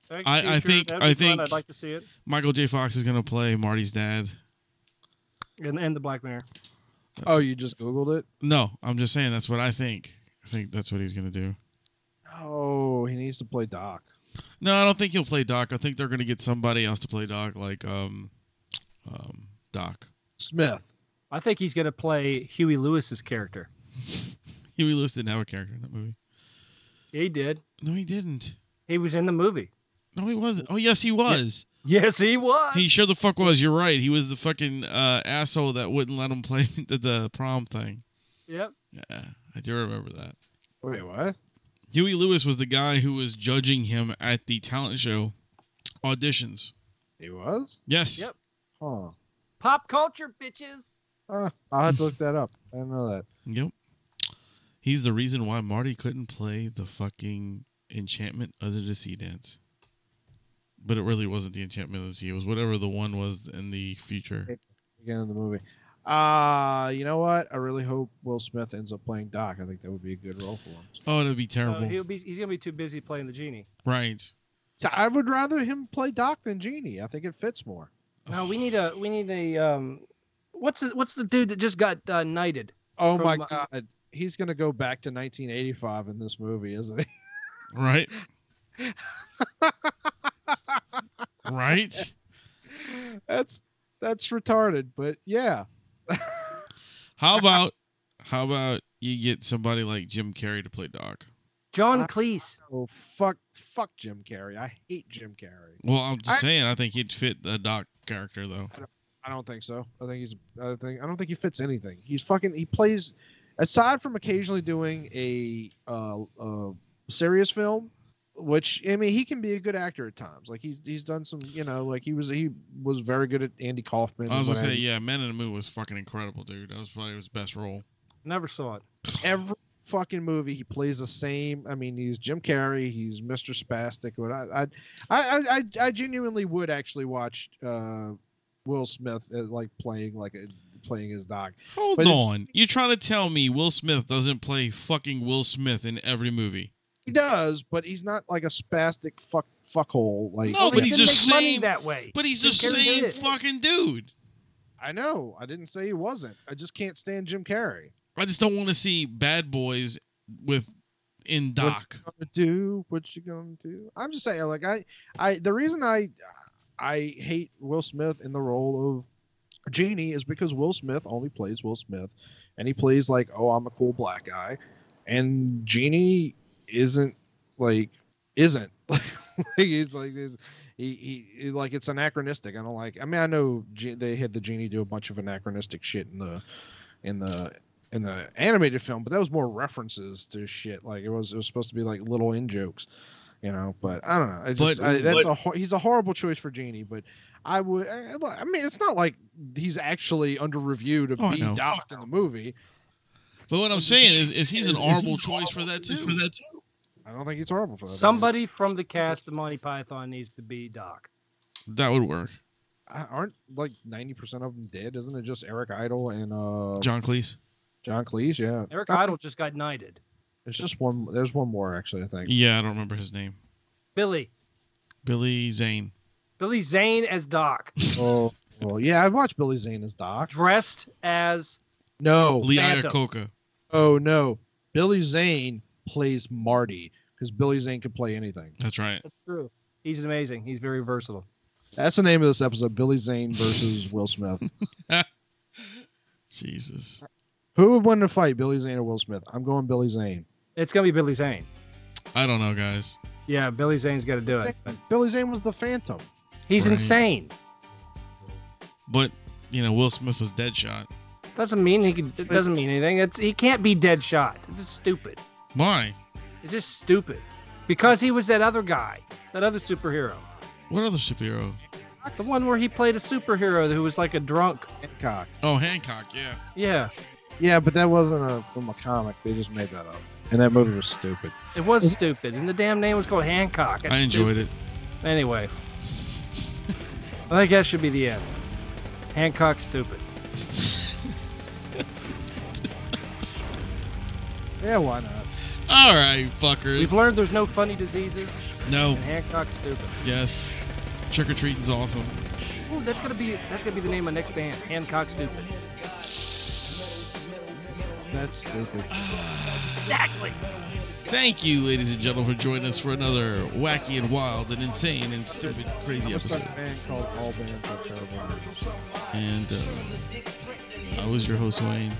F: Back to
C: I-
F: the
C: I
F: Future,
C: think-
F: that'd be
C: I
F: fun.
C: think-
F: I'd like to see it.
C: Michael J. Fox is gonna play Marty's dad.
F: And, and the Black Mirror.
E: Oh you just Googled it?
C: No, I'm just saying that's what I think. I think that's what he's gonna do.
E: Oh he needs to play Doc.
C: No, I don't think he'll play Doc. I think they're gonna get somebody else to play Doc, like um, um, Doc.
E: Smith.
F: I think he's going to play Huey Lewis's character.
C: Huey Lewis didn't have a character in that movie.
F: He did.
C: No, he didn't.
F: He was in the movie. [LAUGHS]
C: No, he wasn't. Oh, yes, he was.
F: Yes, he
D: Um,
F: was.
C: He sure the fuck was. You're right. He was the fucking uh, asshole that wouldn't let him play [LAUGHS] the, the prom thing.
F: Yep.
C: Yeah, I do remember that.
E: Wait, what?
C: Huey Lewis was the guy who was judging him at the talent show auditions.
E: He was?
C: Yes.
F: Yep.
E: Huh.
F: Pop culture, bitches.
E: Ah, I'll have to look that up. I didn't know that.
C: Yep. He's the reason why Marty couldn't play the fucking enchantment of the sea dance. But it really wasn't the enchantment of the sea. It was whatever the one was in the future.
E: Again in the movie. Uh, you know what? I really hope Will Smith ends up playing Doc. I think that would be a good role for him.
C: Oh, that'd be terrible.
F: Uh, he'll be, he's going to be too busy playing the genie.
C: right.
E: So I would rather him play Doc than Genie. I think it fits more.
F: No, we need a we need a um, what's the, what's the dude that just got uh, knighted?
E: Oh
F: From,
E: my
F: uh,
E: God. He's going to go back to 1985 in this movie, isn't he? [LAUGHS]
C: Right. right.
E: That's that's retarded, but yeah.
C: How about how about you get somebody like Jim Carrey to play Doc?
F: John
E: Uh,
F: Cleese.
E: Oh fuck fuck Jim Carrey. I hate Jim Carrey.
C: Well, I'm just
E: I-
C: saying I think he'd fit the Doc character though.
E: I don't think so. I think he's. I think. I don't think he fits anything. He's fucking. He plays, aside from occasionally doing a uh, uh serious film, which I mean, he can be a good actor at times. Like he's he's done some. You know, like he was he was very good at Andy Kaufman.
C: I was
E: and
C: gonna
E: what
C: say,
E: have you.
C: yeah, Men in the Moon was fucking incredible, dude. That was probably his best role.
F: Never saw it.
E: every fucking movie he plays the same. I mean, he's Jim Carrey. He's Mr. Spastic. But I I I I, I- I genuinely would actually watch uh, Will Smith uh, like playing like a playing his dog.
C: Hold
E: But it-
C: on. You're trying to tell me Will Smith doesn't play fucking Will Smith in every movie?
E: He does, but he's not like a spastic fuck fuckhole. Like
C: No, Oh, but
D: he
C: he's
D: didn't
C: just
D: make
C: saying-
D: money that way.
C: But he's the
D: Just get rid
C: same
D: of it.
C: fucking dude.
E: I know. I didn't say he wasn't. I just can't stand Jim Carrey.
C: I just don't want to see Bad Boys with in Doc.
E: gonna do what you gonna do i'm just saying like i i the reason i i hate will smith in the role of genie is because will smith only plays will smith and he plays like oh i'm a cool black guy and genie isn't like isn't [LAUGHS] like he's like this he, he, he- like it's anachronistic i don't like i mean i know Ge- they had the genie do a bunch of anachronistic shit in the in the in the animated film, but that was more references to shit. Like it was, it was supposed to be like little in jokes, you know. But I don't know. It's
C: But-
E: just, I, that's a hor- he's a horrible choice for Genie. But I would, I, I mean, it's not like he's actually under review to
C: Oh, I
E: be
C: know.
E: Doc in the movie.
C: But what I'm saying is, is he's an honorable choice for that too.
E: I don't think he's horrible for that.
D: Somebody from the cast of Monty Python needs to be Doc.
C: That would work.
E: I- aren't like ninety percent of them dead. Isn't it just Eric Idle and uh, John,
C: John Cleese.
E: Cleese? Yeah,
D: Eric
E: I think
D: Idle just got knighted.
E: There's just one. There's one more actually. I think.
C: Yeah, I don't remember his name.
D: Billy.
C: Billy Zane.
D: Billy Zane as Doc,
E: Oh, well, yeah. I watched Billy Zane as Doc.
D: dressed as
E: No,
C: Lee
D: Phantom.
C: Iacocca.
E: Oh no, Billy Zane plays Marty because Billy Zane could play anything.
C: That's right.
D: That's true. He's amazing. He's very versatile.
E: That's the name of this episode: Billy Zane versus
C: [LAUGHS]
E: Will Smith.
C: Jesus.
E: Who would win the fight, Billy Zane or Will Smith? I'm going Billy Zane.
D: It's gonna be Billy Zane.
C: I don't know, guys.
D: Yeah, Billy Zane's got to do it.
E: Billy Zane was the Phantom.
D: He's
C: Right.
D: insane.
C: But you know, Will Smith was Deadshot.
D: Doesn't mean he can, it doesn't mean anything. It's he can't be dead shot. It's just stupid.
C: Why?
D: It's just stupid because he was that other guy, that other superhero,
C: What other superhero?
D: the one where he played a superhero who was like a drunk.
E: Hancock.
C: Oh, Hancock. Yeah.
D: Yeah,
E: Yeah, but that wasn't a, from a comic. They just made that up, and that movie was stupid.
D: it was stupid, and the damn name was called Hancock. It's
C: I enjoyed it.
D: stupid. Anyway, I think that should be the end. Hancock's stupid.
E: Yeah, why not?
C: All right,
D: We've
C: fuckers.
D: learned there's no funny diseases,
C: No.
D: and Hancock's stupid.
C: Yes. Trick or treating's awesome.
D: Ooh, that's gonna be that's gonna be the name of next band. Hancock Stupid.
E: That's stupid.
D: Exactly.
C: Thank you, ladies and gentlemen, for joining us for another wacky and wild and insane and stupid, crazy
E: I'm
C: episode.
E: stuck in a band called All Bands Are Terrible.
C: And uh, I was your host, Wayne.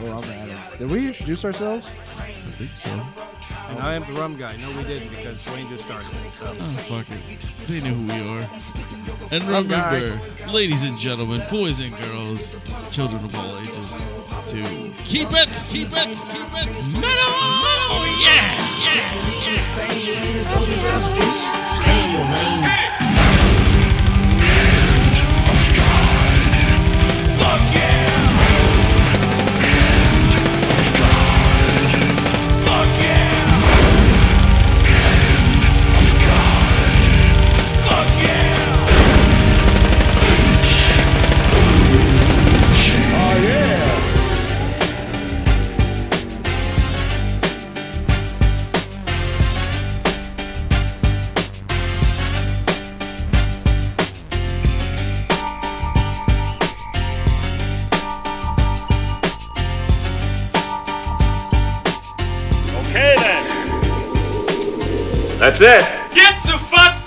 E: Oh, I'm Adam. Did we introduce ourselves?
C: I think so.
D: And I am the rum guy. No, we didn't because Wayne just started it. So
C: Oh, fuck it. They know who we are. And
D: guy.
C: remember, ladies and gentlemen, boys and girls, children of all ages, to keep it, keep it, keep it metal! Oh, yeah, yeah, yeah!
J: Okay then. That's it. Get the fuck